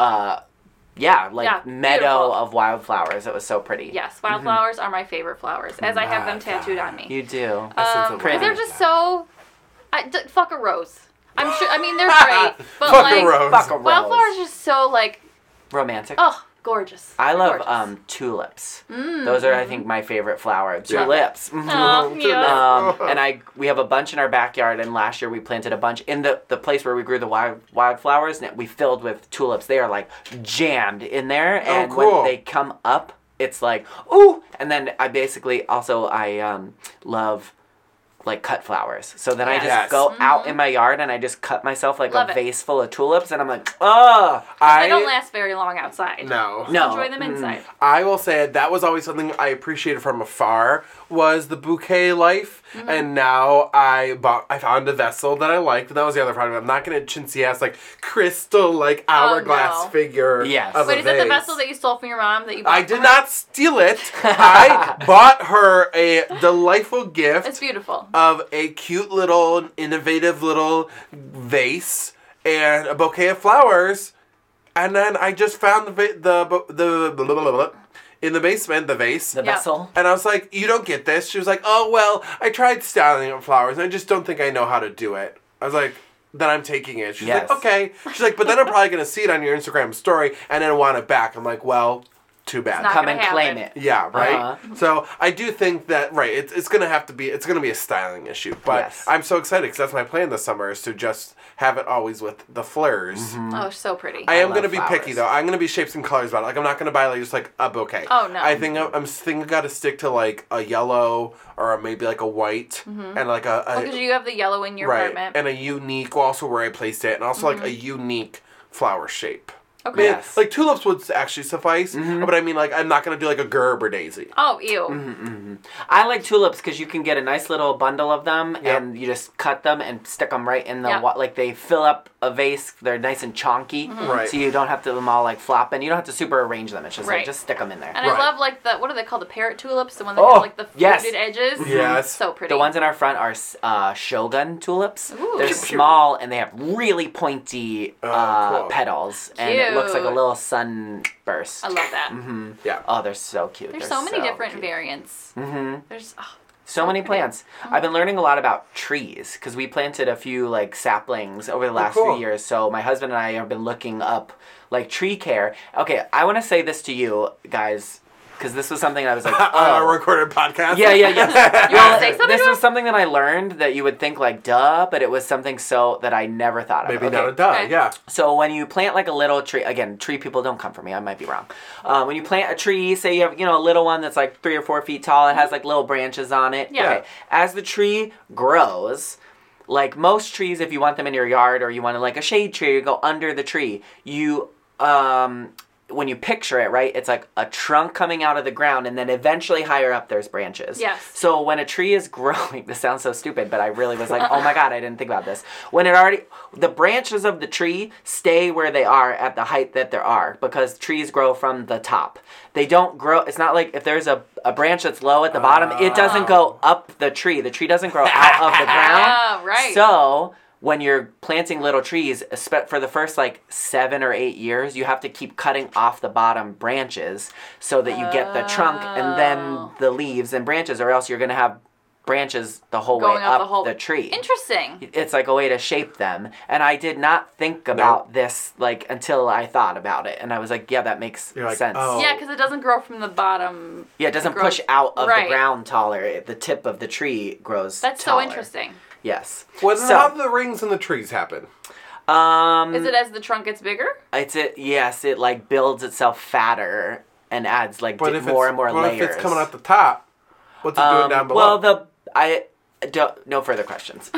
C: uh, yeah, like
B: Yeah,
C: meadow
B: beautiful.
C: of wildflowers. It was so pretty.
B: Yes, wildflowers are my favorite flowers, as I have them tattooed on me.
C: you do.
A: Essence
B: Um,
A: of
B: 'cause
A: lavender.
B: they're just so. I, d- fuck a rose. I'm sure. I
A: [laughs]
B: mean, they're great, but
A: Fuck
B: like
A: a rose.
C: Fuck a rose.
B: wildflowers are just so like
C: romantic.
B: oh gorgeous.
C: I love
B: Gorgeous. Mm, mm-hmm.
C: um tulips. Those are I think my favorite flower.
A: [laughs]
C: Tulips.
B: Aw,
A: Mhm.
B: cute.
A: Uh,
C: Um, and
A: [laughs]
C: I we have a bunch in our backyard, and last year we planted a bunch in the, the place where we grew the wild wildflowers, and we filled with tulips. They are like jammed in there, and
A: Oh, cool.
C: when they come up, it's like ooh. And then I basically also I um, love like cut flowers. So then I just
A: Yes.
C: go out in my yard and I just cut myself like
B: Mm-hmm. Love
C: a
B: it.
C: vase full of tulips, and I'm like oh
A: I
B: they don't last very long outside.
A: No. Mm.
C: no
B: Enjoy them inside.
A: I will say that was always something I appreciated from afar was the bouquet life,
B: Mm-hmm.
A: and now I bought I found a vessel that I liked. That was the other part of it. I'm not gonna chintzy ass like crystal like hourglass
B: Oh, no.
A: figure.
C: Yes.
A: of a
B: Wait, is that the
A: vase.
B: vessel that you stole from your mom that you bought?
A: I
B: from
A: did
B: her?
C: [laughs]
A: not steal it. I bought her a delightful gift.
B: It's beautiful.
A: of a cute little innovative little vase and a bouquet of flowers and then i just found the va- the bu- the blah, blah, blah, blah, in the basement the vase
C: the
B: Yeah.
C: vessel.
A: and i was like you don't get this she was like oh well i tried styling up flowers and i just don't think i know how to do it i was like then I'm taking it. She's
C: Yes.
A: like, okay. She's like, but then I'm probably gonna see it on your Instagram story and then want it back. I'm like, well, too bad.
B: not
C: Come
B: gonna
C: and claim
B: happen.
C: it.
A: Yeah, right.
C: Uh-huh.
A: So I do think that right. It's it's gonna have to be it's gonna be a styling issue, but
C: Yes.
A: I'm so excited because that's my plan this summer is to just have it always with the flowers.
C: Um,
B: Oh, so pretty.
A: I am
C: love
A: gonna be picky
C: flowers.
A: though. I'm gonna be shapes and colors about it. Like I'm not gonna buy like just like a bouquet.
B: Oh, no.
A: I think I'm, I'm thinking I gotta stick to like a yellow or maybe like a white and like a, a
B: because Oh, you have the yellow in your
A: right
B: apartment.
A: and a unique also where I placed it and also like a unique flower shape.
B: okay.
A: Man,
C: Yes.
A: like tulips would actually suffice, but I mean like I'm not gonna do like a Gerber daisy.
B: Oh, ew.
A: Mm-hmm.
C: I like tulips because you can get a nice little bundle of them
A: Yep.
C: and you just cut them and stick them right in the
B: Yeah.
C: wa- like they fill up a vase. They're nice and chonky,
B: Mm-hmm.
A: Right.
C: so you don't have to them all like flop and you don't have to super arrange them. It's just
B: Right.
C: like just stick them in there.
B: And
A: Right.
B: I love like the what are they called? The parrot tulips, the one that
C: Oh,
B: have like the fluted
C: yes.
B: edges.
A: Yes.
B: So pretty.
C: the ones in our front are s- uh, shogun tulips.
B: Ooh.
C: They're
B: Pew, pew. Oh,
C: small and they have really pointy uh,
A: cool.
C: petals, and it looks like a
B: Cute.
C: little sunburst.
B: I love that.
A: Mm-hmm. Yeah.
C: Oh, they're so cute.
B: There's
C: They're
B: so many different
C: cute.
B: variants. Mm-hmm. There's oh,
C: So many plants. I've been learning a lot about trees because we planted a few like saplings over
B: Oh,
C: the last
A: cool.
C: few years. So my husband and I have been looking up like tree care. Okay, I want to say this to you guys because this was something I was like,
A: [laughs] on our
C: oh.
A: recorded podcast.
C: [laughs] Yeah, yeah, yeah.
B: You wanna say something
C: This
B: to
C: was
B: him?
C: something that I learned that you would think like duh, but it was something so that I never thought of.
A: Maybe
C: Okay.
A: not a duh.
B: Okay.
A: Yeah.
C: So when you plant like a little tree, again, tree people don't come for me. I might be wrong. Uh, when you plant a tree, say you have you know a little one that's like three or four feet tall, it has like little branches on it.
B: Yeah.
C: As the tree grows, like most trees, if you want them in your yard or you want to like a shade tree, you go under the tree. You um. When you picture it, right, it's like a trunk coming out of the ground, and then eventually higher up there's branches.
B: Yes.
C: So when a tree is [laughs] growing, this sounds so stupid, but I really was like, oh my god, I didn't think about this. When it already, the branches of the tree stay where they are at the height that they are because trees grow from the top. They don't grow. It's not like if there's a, a branch that's low at the bottom, it doesn't go up the tree. The tree doesn't grow out of the ground.
B: Ah, right.
C: So when you're planting little trees, espe- for the first like seven or eight years, you have to keep cutting off the bottom
B: Oh.
C: branches so that you get the trunk and then the leaves and branches, or else you're gonna have branches the whole
B: Going
C: way
B: up
C: up
B: the whole-
C: tree.
B: Interesting.
C: It's like a way to shape them, and I did not think about this like until I thought about it, and I was like, yeah, that makes
A: You're like,
C: sense.
A: oh.
B: Yeah, because it doesn't grow from the bottom.
C: Yeah, it doesn't
B: grows-
C: push out of
B: Right.
C: the ground taller. It- The tip of the tree grows.
B: That's
C: taller.
B: so interesting.
C: Yes.
A: What
C: So,
A: how do the rings and the trees happen?
C: um,
B: Is it as the trunk gets bigger?
C: It's it. Yes, it like builds itself fatter and adds like
A: But
C: di-
A: if
C: more
A: it's,
C: and more
A: but
C: layers.
A: if it's coming out the top, what's it doing
C: Um,
A: down below?
C: well, the I don't. No
B: [laughs]
C: further questions.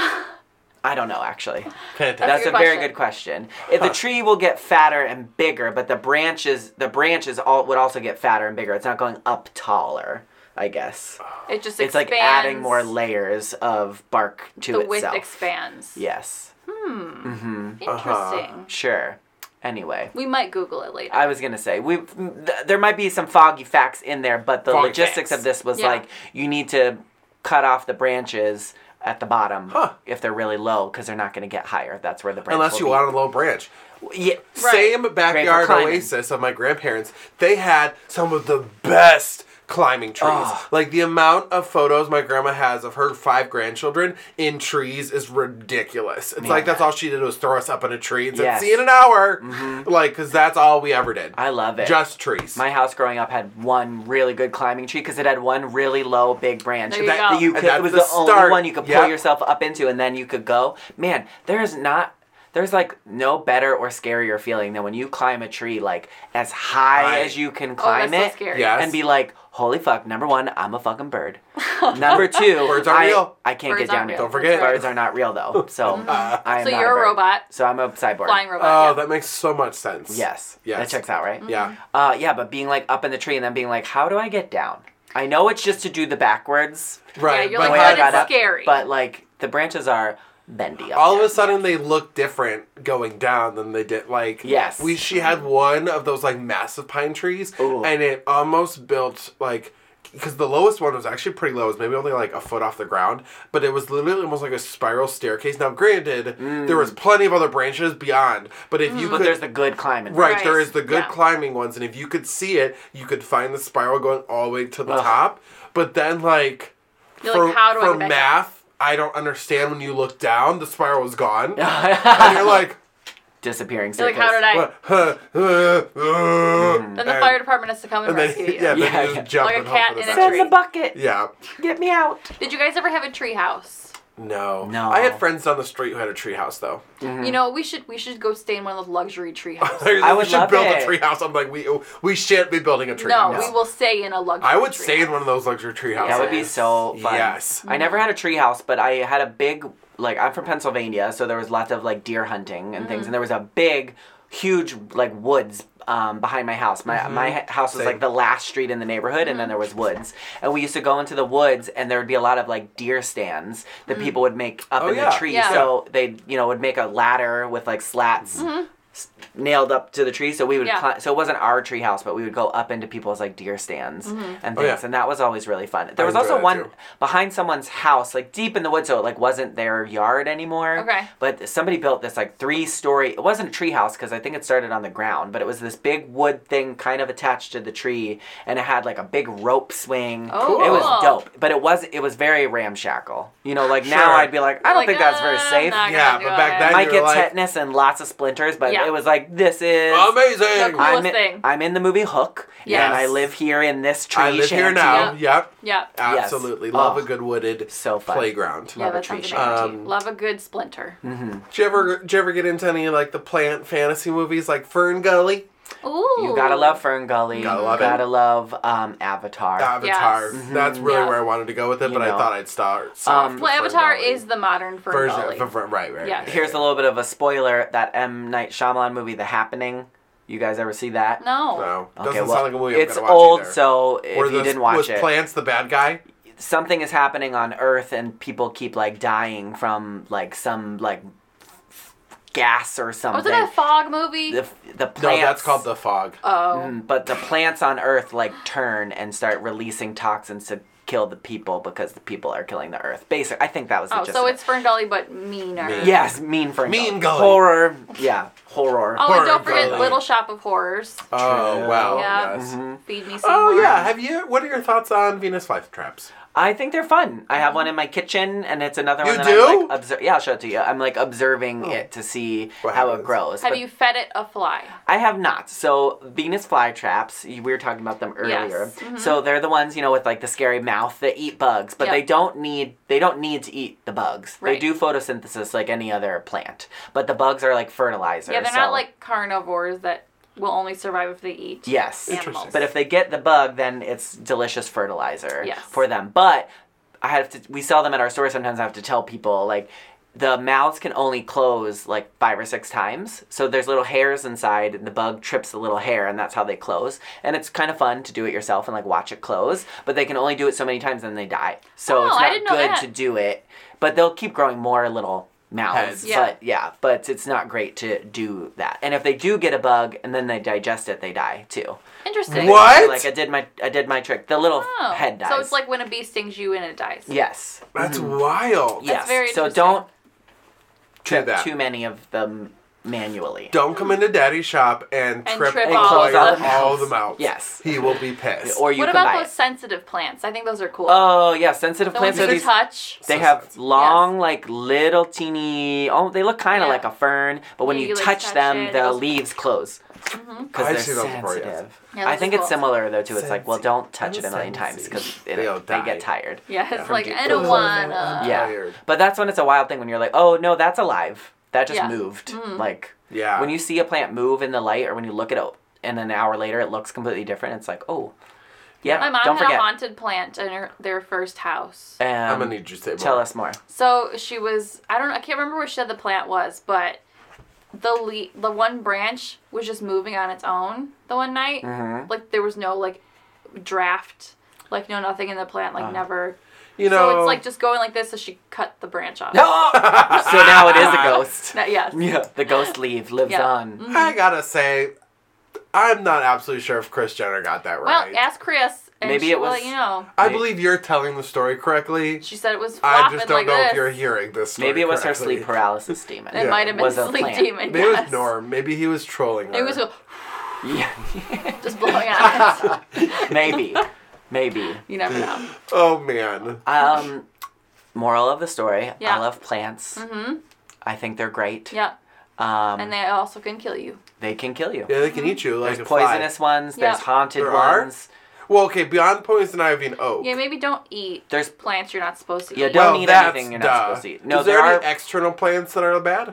C: I don't know actually.
A: Fantastic.
C: That's
B: a
C: a
B: good
C: very
B: question.
C: good question. If the tree will get fatter and bigger, but the branches the branches all would also get fatter and bigger. It's not going up taller. I guess
A: Oh.
B: It just
C: it's
B: expands.
C: like adding more layers of bark to
B: The
C: itself.
B: width expands.
C: Yes.
A: Uh-huh.
B: Interesting.
C: Sure. Anyway,
B: We might Google it later. Oh,
C: I was gonna say we th- there might be some foggy facts in there, but the
A: Foggy
C: logistics
A: facts.
C: of this was
B: Yeah.
C: like you need to cut off the branches at the bottom if they're really low because they're not gonna get higher. That's where the branch
A: Unless
C: will
A: you
C: be.
A: want a low branch.
C: yeah.
A: Same backyard
C: climbing.
A: oasis of my grandparents. They had some of the best climbing trees.
C: Ugh.
A: Like the amount of photos my grandma has of her five grandchildren in trees is ridiculous. It's like that's all she did was throw us up in a tree and said,
C: Yes. Mm-hmm.
A: "See you in an hour," like because that's all we ever did.
C: I love it.
A: Just trees.
C: My house growing up had one really good climbing tree because it had one really low big branch.
B: There you That- go.
C: you
A: and
C: could,
A: that's
C: it was
A: the
C: the,
A: start.
C: only one you could pull
A: Yep.
C: yourself up into, and then you could go. Man, there's not. There's like no better or scarier feeling than when you climb a tree like as high
A: Right.
C: as you can climb
B: Oh, that's so
C: it
B: scary.
A: Yes.
C: and be like, holy fuck, number one, I'm a fucking
B: [laughs]
C: bird.
A: [laughs]
C: Number two,
A: Birds are
C: I,
A: real.
C: I can't
B: Birds
C: get down
B: aren't
C: here.
B: real.
A: Don't forget. Uh,
B: That's right.
C: Birds are not
A: [laughs]
C: real though. So I am
B: So
C: not
B: you're a
C: bird.
B: robot.
C: So I'm a cyborg.
B: Flying
A: oh,
B: robot. yeah. Mm-hmm.
A: that makes so much sense.
C: Yes.
A: Yes.
C: That checks out, right?
A: Yeah.
C: Uh, yeah, but being like up in the tree and then being like, how do I get down? I know it's just to do the backwards.
A: Right.
B: you're
A: but
B: like,
C: I
B: what is
C: got up,
B: scary?
C: But like the branches are bendy. Up
A: all of
C: there.
A: a sudden they look different going down than they did like
C: Yes.
A: we she
B: Mm-hmm.
A: had one of those like massive pine trees
C: Ooh.
A: and it almost built like because the lowest one was actually pretty low it was maybe only like a foot off the ground but it was literally almost like a spiral staircase now granted
C: Mm.
A: there was plenty of other branches beyond but if you
B: Mm-hmm.
C: But
A: could
C: there's the good climbing.
A: Right,
B: Right.
A: there is the good
B: Yeah.
A: climbing ones, and if you could see it, you could find the spiral going all the way to the
C: Ugh.
A: top. But then, like,
B: You're like, how do I
A: for
B: get back up?
A: math, I don't understand when you look down, the spiral is
C: [laughs]
A: gone. and you're like,
C: Disappearing
B: You're
C: staircase.
B: like, how did I?
A: what? Huh, uh, uh,
B: Then the fire department has to come and,
A: and then,
B: rescue
A: [laughs]
B: you.
A: yeah, then
C: Yeah,
A: you just
C: yeah.
A: jump
B: Like a
A: and hope
B: cat
A: for the
B: in a
A: best.
B: tree.
C: Send the bucket.
A: Yeah.
C: Get me out.
B: Did you guys ever have a tree house?
A: No.
C: No.
A: I had friends down the street who had a tree house, though. [laughs]
B: You know, we should we should go stay in one of those luxury tree
A: [laughs]
B: houses.
A: They're like,
C: I
A: we
C: would
A: should
C: love
A: build a
C: it.
A: tree house. I'm like, we we shan't be building a tree
B: no,
A: house.
B: we will stay in a luxury.
A: I would
B: tree
A: stay
B: house.
A: in one of those luxury tree houses.
C: That would be so fun.
A: Yes.
C: I never had a tree house, but I had a big like I'm from Pennsylvania, so there was lots of like deer hunting and
B: Mm-hmm.
C: things, and there was a big, huge like woods um, behind my house. My my h-
B: Mm-hmm.
C: house was
A: Same.
C: like the last street in the neighborhood, and then there was woods, and we used to go into the woods, and there would be a lot of like deer stands that people would make up
A: Oh,
C: in
A: yeah.
C: the tree.
B: Mm-hmm. Yeah.
C: So they you know would make a ladder with like slats. s- Nailed up to the tree, so we would.
B: Mm-hmm. Yeah.
C: cli- so it wasn't our tree house, but we would go up into people's like deer stands
B: Mm-hmm.
C: and things,
A: Oh, yeah.
C: and that was always really fun. There
A: I
C: was
A: enjoy
C: also
A: that,
C: one
A: too.
C: behind someone's house, like deep in the woods, so it like wasn't their yard anymore.
B: Okay.
C: But somebody built this like three story. It wasn't a tree house because I think it started on the ground, but it was this big wood thing kind of attached to the tree, and it had like a big rope swing.
B: Oh,
C: it
B: cool.
C: was dope, but it was it was very ramshackle. You know, like now
A: Sure.
C: I'd be like, I don't
B: Like,
C: think that's very
B: uh,
C: safe.
B: not
A: Yeah,
B: gonna
A: but
B: do
A: back
B: it.
A: then-
C: Might
A: you're
C: get
A: like-
C: tetanus and lots of splinters, but
B: Yeah.
C: it was like this is.
A: Amazing.
B: Coolest
C: I'm in,
B: thing.
C: I'm in the movie Hook,
B: Yes.
C: and I live here in this tree.
A: I live here
C: shanty.
A: now. Yep.
B: Yeah.
C: Yes.
A: Absolutely. Love
C: Oh.
A: a good wooded
C: So fun.
A: playground.
B: Yeah,
C: Love a
B: that
C: tree
B: sounds
C: shop.
B: amazing.
A: Um,
B: Love a good splinter.
C: Mm-hmm.
A: Did you ever did you ever get into any like the plant fantasy movies like Fern Gully?
B: Ooh.
C: You gotta love Fern Gully.
A: Gotta
C: you
A: love it.
C: gotta love um, Avatar.
A: Avatar.
B: Yes.
A: That's really
B: Yeah.
A: where I wanted to go with it,
C: Mm-hmm. You
A: but I
C: know.
A: thought I'd start. soft
C: Um,
A: with
B: Well,
A: Fern
B: Avatar
A: Gully.
B: is the modern Fern
A: Version-
B: Gully.
A: for- for- right, right.
B: Yeah.
A: right.
C: Here's a little bit of a spoiler: that M Night Shyamalan movie, The Happening. You guys ever see that?
B: No.
A: No,
C: Okay,
A: doesn't
C: well,
A: sound like a movie. I'm
C: it's
A: gonna watch
C: old,
A: either.
C: so if
A: Were
C: you
A: those-
C: didn't watch
A: was
C: it,
A: plants the bad guy?
C: something is happening on Earth, and people keep like dying from like some like gas or something.
B: Was Oh, it a fog movie?
C: the the plants,
A: No, that's called the fog.
B: oh.
C: Mm, But the plants on Earth like turn and start releasing toxins to kill the people because the people are killing the Earth. Basic. I think that was the
B: Oh,
C: gist
B: so
C: of it.
B: it's Fern Gully, but meaner.
A: Mean.
C: Yes, mean for
A: Mean Gully.
C: Horror. Yeah, horror.
B: Oh, and don't
A: Fern
B: forget
A: Gully.
B: Little Shop of Horrors.
A: oh wow.
B: Yeah.
A: Yes.
C: Mm-hmm.
B: Feed me some
A: Oh
B: more.
A: yeah. Have you? What are your thoughts on Venus flytraps?
C: I think they're fun. I have one in my kitchen, and it's another
A: You
C: one that
A: do? Oh.
C: I'm like obser- Yeah, I'll show it to you. I'm like observing it to see
A: What
C: how it
A: happens?
C: grows.
B: Have
C: but
B: you fed it a fly?
C: I have not. So Venus flytraps, you- we were talking about them earlier.
B: Yes. Mhm.
C: So they're the ones, you know, with like the scary mouth that eat bugs, but
B: Yep.
C: they don't need they don't need to eat the bugs. They
B: Right.
C: do photosynthesis like any other plant, but the bugs are like fertilizer.
B: Yeah, they're
C: so-
B: not like carnivores that will only survive if they eat
C: Yes.
B: animals.
A: Interesting.
C: But if they get the bug, then it's delicious fertilizer
B: Yes.
C: for them. But I have to. We sell them at our store. Sometimes I have to tell people like the mouths can only close like five or six times. So there's little hairs inside, and the bug trips the little hair, and that's how they close. And it's kind of fun to do it yourself and like watch it close. But they can only do it so many times, and they die. So
B: Oh,
C: it's
B: I
C: not
B: didn't know
C: good
B: that.
C: to do it. But they'll keep growing more little mouths.
A: Heads.
B: Yeah.
C: But yeah, but it's not great to do that. And if they do get a bug and then they digest it, they die too.
B: Interesting.
A: What?
C: Like I did my I did my trick. The little
B: Oh.
C: head dies.
B: So it's like when a bee stings you and it dies.
C: yes,
A: That's wild.
C: yes.
B: very
C: so
B: interesting.
C: don't
A: Do
C: trip
A: that.
C: too many of them manually.
A: Don't come into Daddy's shop and,
B: And
A: trip,
B: trip
A: all,
B: all
A: all,
B: the
A: the
C: mouths.
A: mouths.
C: Yes.
A: He will be pissed.
C: Or you
B: What
C: can
B: about
C: buy
B: those
C: it.
B: sensitive plants? I think those are cool.
C: Oh yeah, sensitive
B: the
C: plants
B: ones
C: are
B: you
C: these.
B: touch.
C: They
A: So
C: have
A: sensitive.
C: long, like little teeny. Oh, they look kind of
B: Yeah.
C: like a fern, but when
B: Yeah,
C: you,
B: you, like,
C: touch,
B: touch
C: them,
B: it,
C: the
B: it'll-
C: leaves close because
A: I've
C: they're
A: seen those before, yes.
C: sensitive.
B: Yeah,
C: I
B: those
C: think
B: are
C: it's
B: cool.
C: similar though too. It's like, well,
A: Sensi-
C: don't touch it a million
A: sensi.
C: times because
A: They'll
C: they
A: die.
C: get tired.
B: Yeah, it's
A: from
B: like
A: deep
B: I
A: down.
B: don't wanna.
C: Yeah.
A: Tired.
C: But that's when it's a wild thing when you're like, oh no, that's alive. That just
B: Yeah. Mm-hmm.
C: moved. Like
A: Yeah.
C: when you see a plant move in the light or when you look at it and an hour later it looks completely different, it's like, oh. Yeah.
B: My mom
C: don't
B: had
C: forget.
B: a haunted plant in her, their first house.
A: I'm
C: Um,
A: gonna need you to say more.
C: tell
B: [laughs]
C: us more.
B: So she was I don't know I can't remember where she said the plant was, but the le- the one branch was just moving on its own the one night.
C: Mm-hmm.
B: Like there was no like draft, like no nothing in the plant,
C: Uh,
B: like never.
A: You know,
B: so it's like just going like this. So she cut the branch off.
C: [laughs] so now it is
B: [laughs]
C: a ghost.
B: That-
C: [laughs]
B: yes.
C: Yeah. The ghost leave lives
B: Yeah. Mm-hmm.
C: on.
A: I gotta say, I'm not absolutely sure if Chris Jenner got that
B: Well,
A: right.
B: ask Chris, and
C: Maybe
B: she
C: it
B: will
C: was-
B: let you know.
A: I believe you're telling the story correctly.
B: She said it was flopping
A: I just don't
B: like
A: know
B: this.
A: if you're hearing this story
C: Maybe it was her
A: correctly.
C: sleep paralysis demon.
B: It
A: Yeah.
B: might have been
C: Was a
B: sleep
C: plant.
B: demon.
A: Maybe it
B: yes.
A: was Norm. Maybe he was trolling her.
B: It was a- [laughs]
C: Yeah. [laughs]
B: just blowing on it.
C: Maybe. Maybe.
B: You never know.
A: [laughs] oh man.
C: Um moral of the story,
B: Yeah.
C: I love plants.
B: Mm-hmm. I
C: I think they're great.
B: Yeah,
C: Um,
B: and they also can kill you.
C: they can kill you.
A: Yeah, they
B: Mm-hmm.
A: can eat you like
C: There's
A: a fly.
C: poisonous ones. There's
B: Yeah.
C: haunted
A: There are?
C: ones.
A: Well, okay, beyond poison ivy and oak.
B: Yeah, maybe don't eat
C: There's
B: plants you're not supposed to
C: Yeah,
B: eat.
C: don't-
A: well,
C: eat
A: that's
C: anything you're
A: duh.
C: not supposed to eat. No,
A: Is there, any
C: there are-
A: external plants that are bad?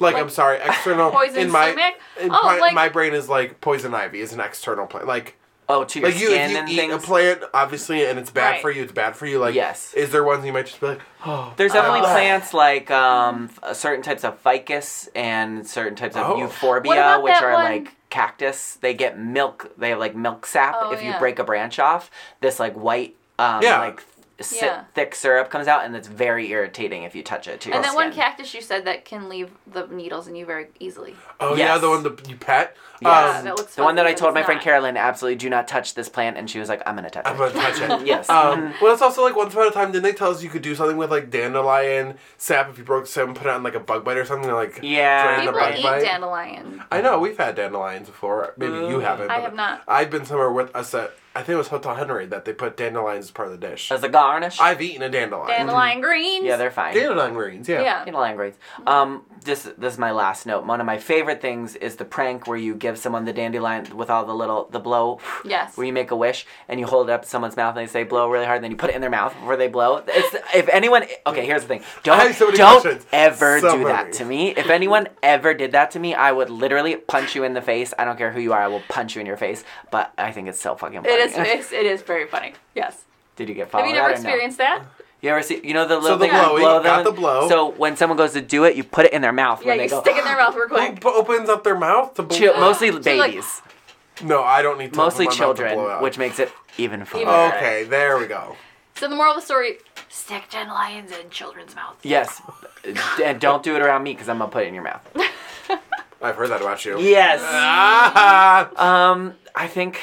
A: Like, I'm
B: Like,
A: sorry, external
B: [laughs] poison
A: in my
B: sumac?
A: in
B: Oh,
A: my,
B: like-
A: my brain is like poison ivy is an external plant. Like
C: oh to your
A: like you
C: skin
A: if you
C: and
A: eat
C: things.
A: a plant obviously and it's bad
B: Right.
A: for you, it's bad for you. Like
C: Yes.
A: is there ones you might just be like, [gasps] oh,
C: There's
A: I don't
C: definitely
A: know.
C: plants like um, f- certain types of ficus and certain types of
A: Oh.
B: What
C: euphorbia,
B: about
C: which
B: that
C: are
B: one-
C: like cactus. They get milk. They have like milk sap.
B: Oh,
C: if you
B: yeah.
C: break a branch off, this like white, um,
A: Yeah.
C: like si-
B: Yeah.
C: thick syrup comes out, and it's very irritating if you touch it to your
B: And that
C: skin.
B: one cactus you said that can leave the needles in you very easily.
A: Oh yeah,
C: Yes.
A: the one that you pet. Um,
C: Yes.
B: Yeah, uh, that looks
C: the one that
B: fuzzy,
C: I
B: but
C: told
B: it's
C: my friend
B: not.
C: Carolyn, absolutely do not touch this plant, and she was like, "I'm gonna touch
A: I'm gonna
C: it."
A: touch it.
C: [laughs] yes. Mm-hmm.
A: Um, well, it's also like once upon a time, didn't they tell us you could do something with like dandelion sap if you broke some, put it on like a bug bite or something, and, like
C: Yeah.
A: drain the
B: People
A: bug
B: eat
A: bite? Mm-hmm.
B: dandelion.
A: I know we've had dandelions before. Maybe you
C: Ooh.
A: haven't.
B: Mm. I
A: but
B: have not.
A: I've been somewhere with us at I think it was Hotel Henry that they put dandelions as part of the dish.
C: As a garnish.
A: I've eaten a dandelion.
B: Dandelion greens.
C: yeah, they're fine.
A: Dandelion greens, yeah.
B: Yeah.
C: In line grades. Um, this this is my last note. One of my favorite things is the prank where you give someone the dandelion with all the little the blow.
B: Yes.
C: Where you make a wish and you hold it up to someone's mouth and they say blow really hard and then you put it in their mouth before they blow. It's if anyone okay, here's the thing.
A: I
C: Don't
A: have so many
C: don't
A: questions.
C: ever
A: So
C: do that
A: many.
C: to me. If anyone ever did that to me, I would literally punch you in the face. I don't care who you are, I will punch you in your face. But I think it's so fucking funny. Oh,
B: It
C: [laughs]
B: is. It's, it is very funny. Yes.
C: Did you get followed?
B: Have you never
C: out or no?
B: experienced that?
C: You ever see? You know the little
A: the
C: thing you
A: blowy,
C: blow
A: got
C: them?
A: the blow.
C: So when someone goes to do it, you put it in their mouth.
B: Yeah,
C: when they
B: you
C: go, [gasps]
B: stick it in their mouth real
A: Who
B: quick.
C: [laughs]
A: b- opens up their mouth to blow?
C: Chi- mostly
B: So, like,
C: babies,
A: no, I don't need to
C: mostly
A: open my mouth to
C: children,
A: blow out.
C: which makes it even
B: [laughs]
C: funnier.
B: Even-
A: Okay, there we go.
B: So the moral of the story: stick dandelions in children's mouths.
C: Yes, and don't do it around me because I'm gonna put it in your mouth.
A: I've heard that about you.
C: Yes.
A: Ah!
C: Um, I think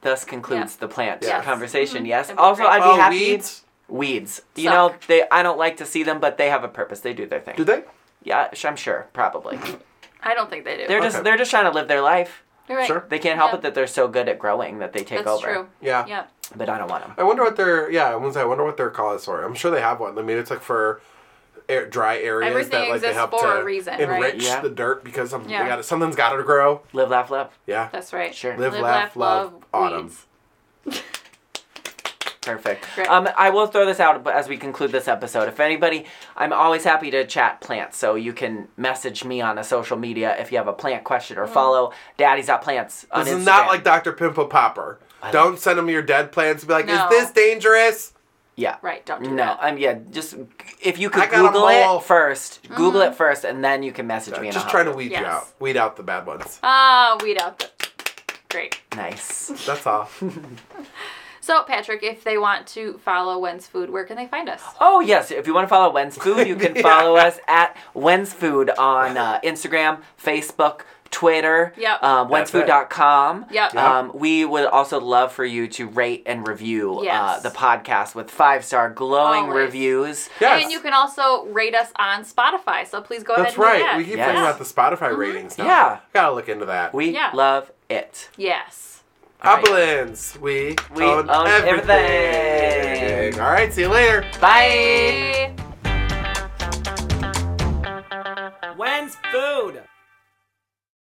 C: thus concludes
B: Yeah.
C: the plant
A: Yes.
C: conversation.
B: Mhm.
C: Yes.
B: That'd be
C: Also,
B: great.
C: I'd be
A: oh,
C: happy.
A: weeds?
C: Weeds. You
B: Suck.
C: know, they. I don't like to see them, but they have a purpose. They do their thing.
A: Do they?
C: Yeah, sh- I'm sure.
A: [laughs]
C: Probably.
B: I don't think they do.
C: They're
A: Okay.
C: just. They're just trying to live their life.
B: You're right.
A: Sure.
C: They can't help
B: Yeah.
C: it that they're so good at growing that they take
B: That's
C: over.
B: true.
A: Yeah.
B: Yeah.
C: but I don't want them.
A: I wonder what their yeah. I was- I wonder what their call is for. I'm sure they have one. I mean, it's like for air, dry areas
B: Everything
A: that like they
B: exists
A: help
B: for
A: to
B: a reason, right?
A: enrich
C: Yeah.
A: the dirt because something
B: Yeah.
A: they got something's got to grow.
C: Live, laugh, love.
A: Yeah,
B: That's right.
C: Sure.
A: Live, laugh, love, autumn.
B: weeds.
C: Perfect.
B: Great.
C: Um, I will throw this out as we conclude this episode. If anybody, I'm always happy to chat plants, so you can message me on a social media if you have a plant question
B: Mm.
C: or follow Daddy's Got Plants on
A: this
C: Instagram.
A: is not like Doctor Pimple Popper. Don't send them your dead plants and be like, "Is
B: No.
A: this dangerous?"
C: yeah.
B: Right. Don't do
C: No,
B: that.
C: um, yeah, just if you
A: I
C: could
A: got a
C: Google
A: mole.
C: it first, Google
B: Mm-hmm.
C: it first, and then you can message me. and
A: Just
C: I'll
A: trying to
C: help
A: weed you
B: Yes.
A: out, weed out the bad ones.
B: Ah, weed out. The... Great.
C: you. Nice.
A: That's
B: [laughs]
A: all.
B: So, Patrick, if they want to follow When's Food, where can they find us?
C: Oh yes, if you want to follow Wens Food, you
A: [laughs]
C: can
A: Yeah.
C: follow us at Wens Food on uh, Instagram, Facebook, Twitter,
B: Yep.
C: um,
A: That's it.
C: wensfood.com.
B: Yep. Yep.
C: Um, we would also love for you to rate and review uh,
B: Yes.
C: the podcast with five star glowing
B: Always.
C: reviews.
A: Yes.
B: And you can also rate us on Spotify. So please go
A: That's
B: ahead and do
A: right.
B: that.
A: We keep
C: Yes.
A: talking about the Spotify
B: Mm-hmm.
A: ratings now.
C: Yeah.
A: Gotta look into that.
C: We
B: Yeah.
C: love it.
B: Yes.
A: Uplands. We,
C: We
A: own,
C: own
A: everything.
C: everything.
A: All right. See you later.
C: Bye. Wens Food.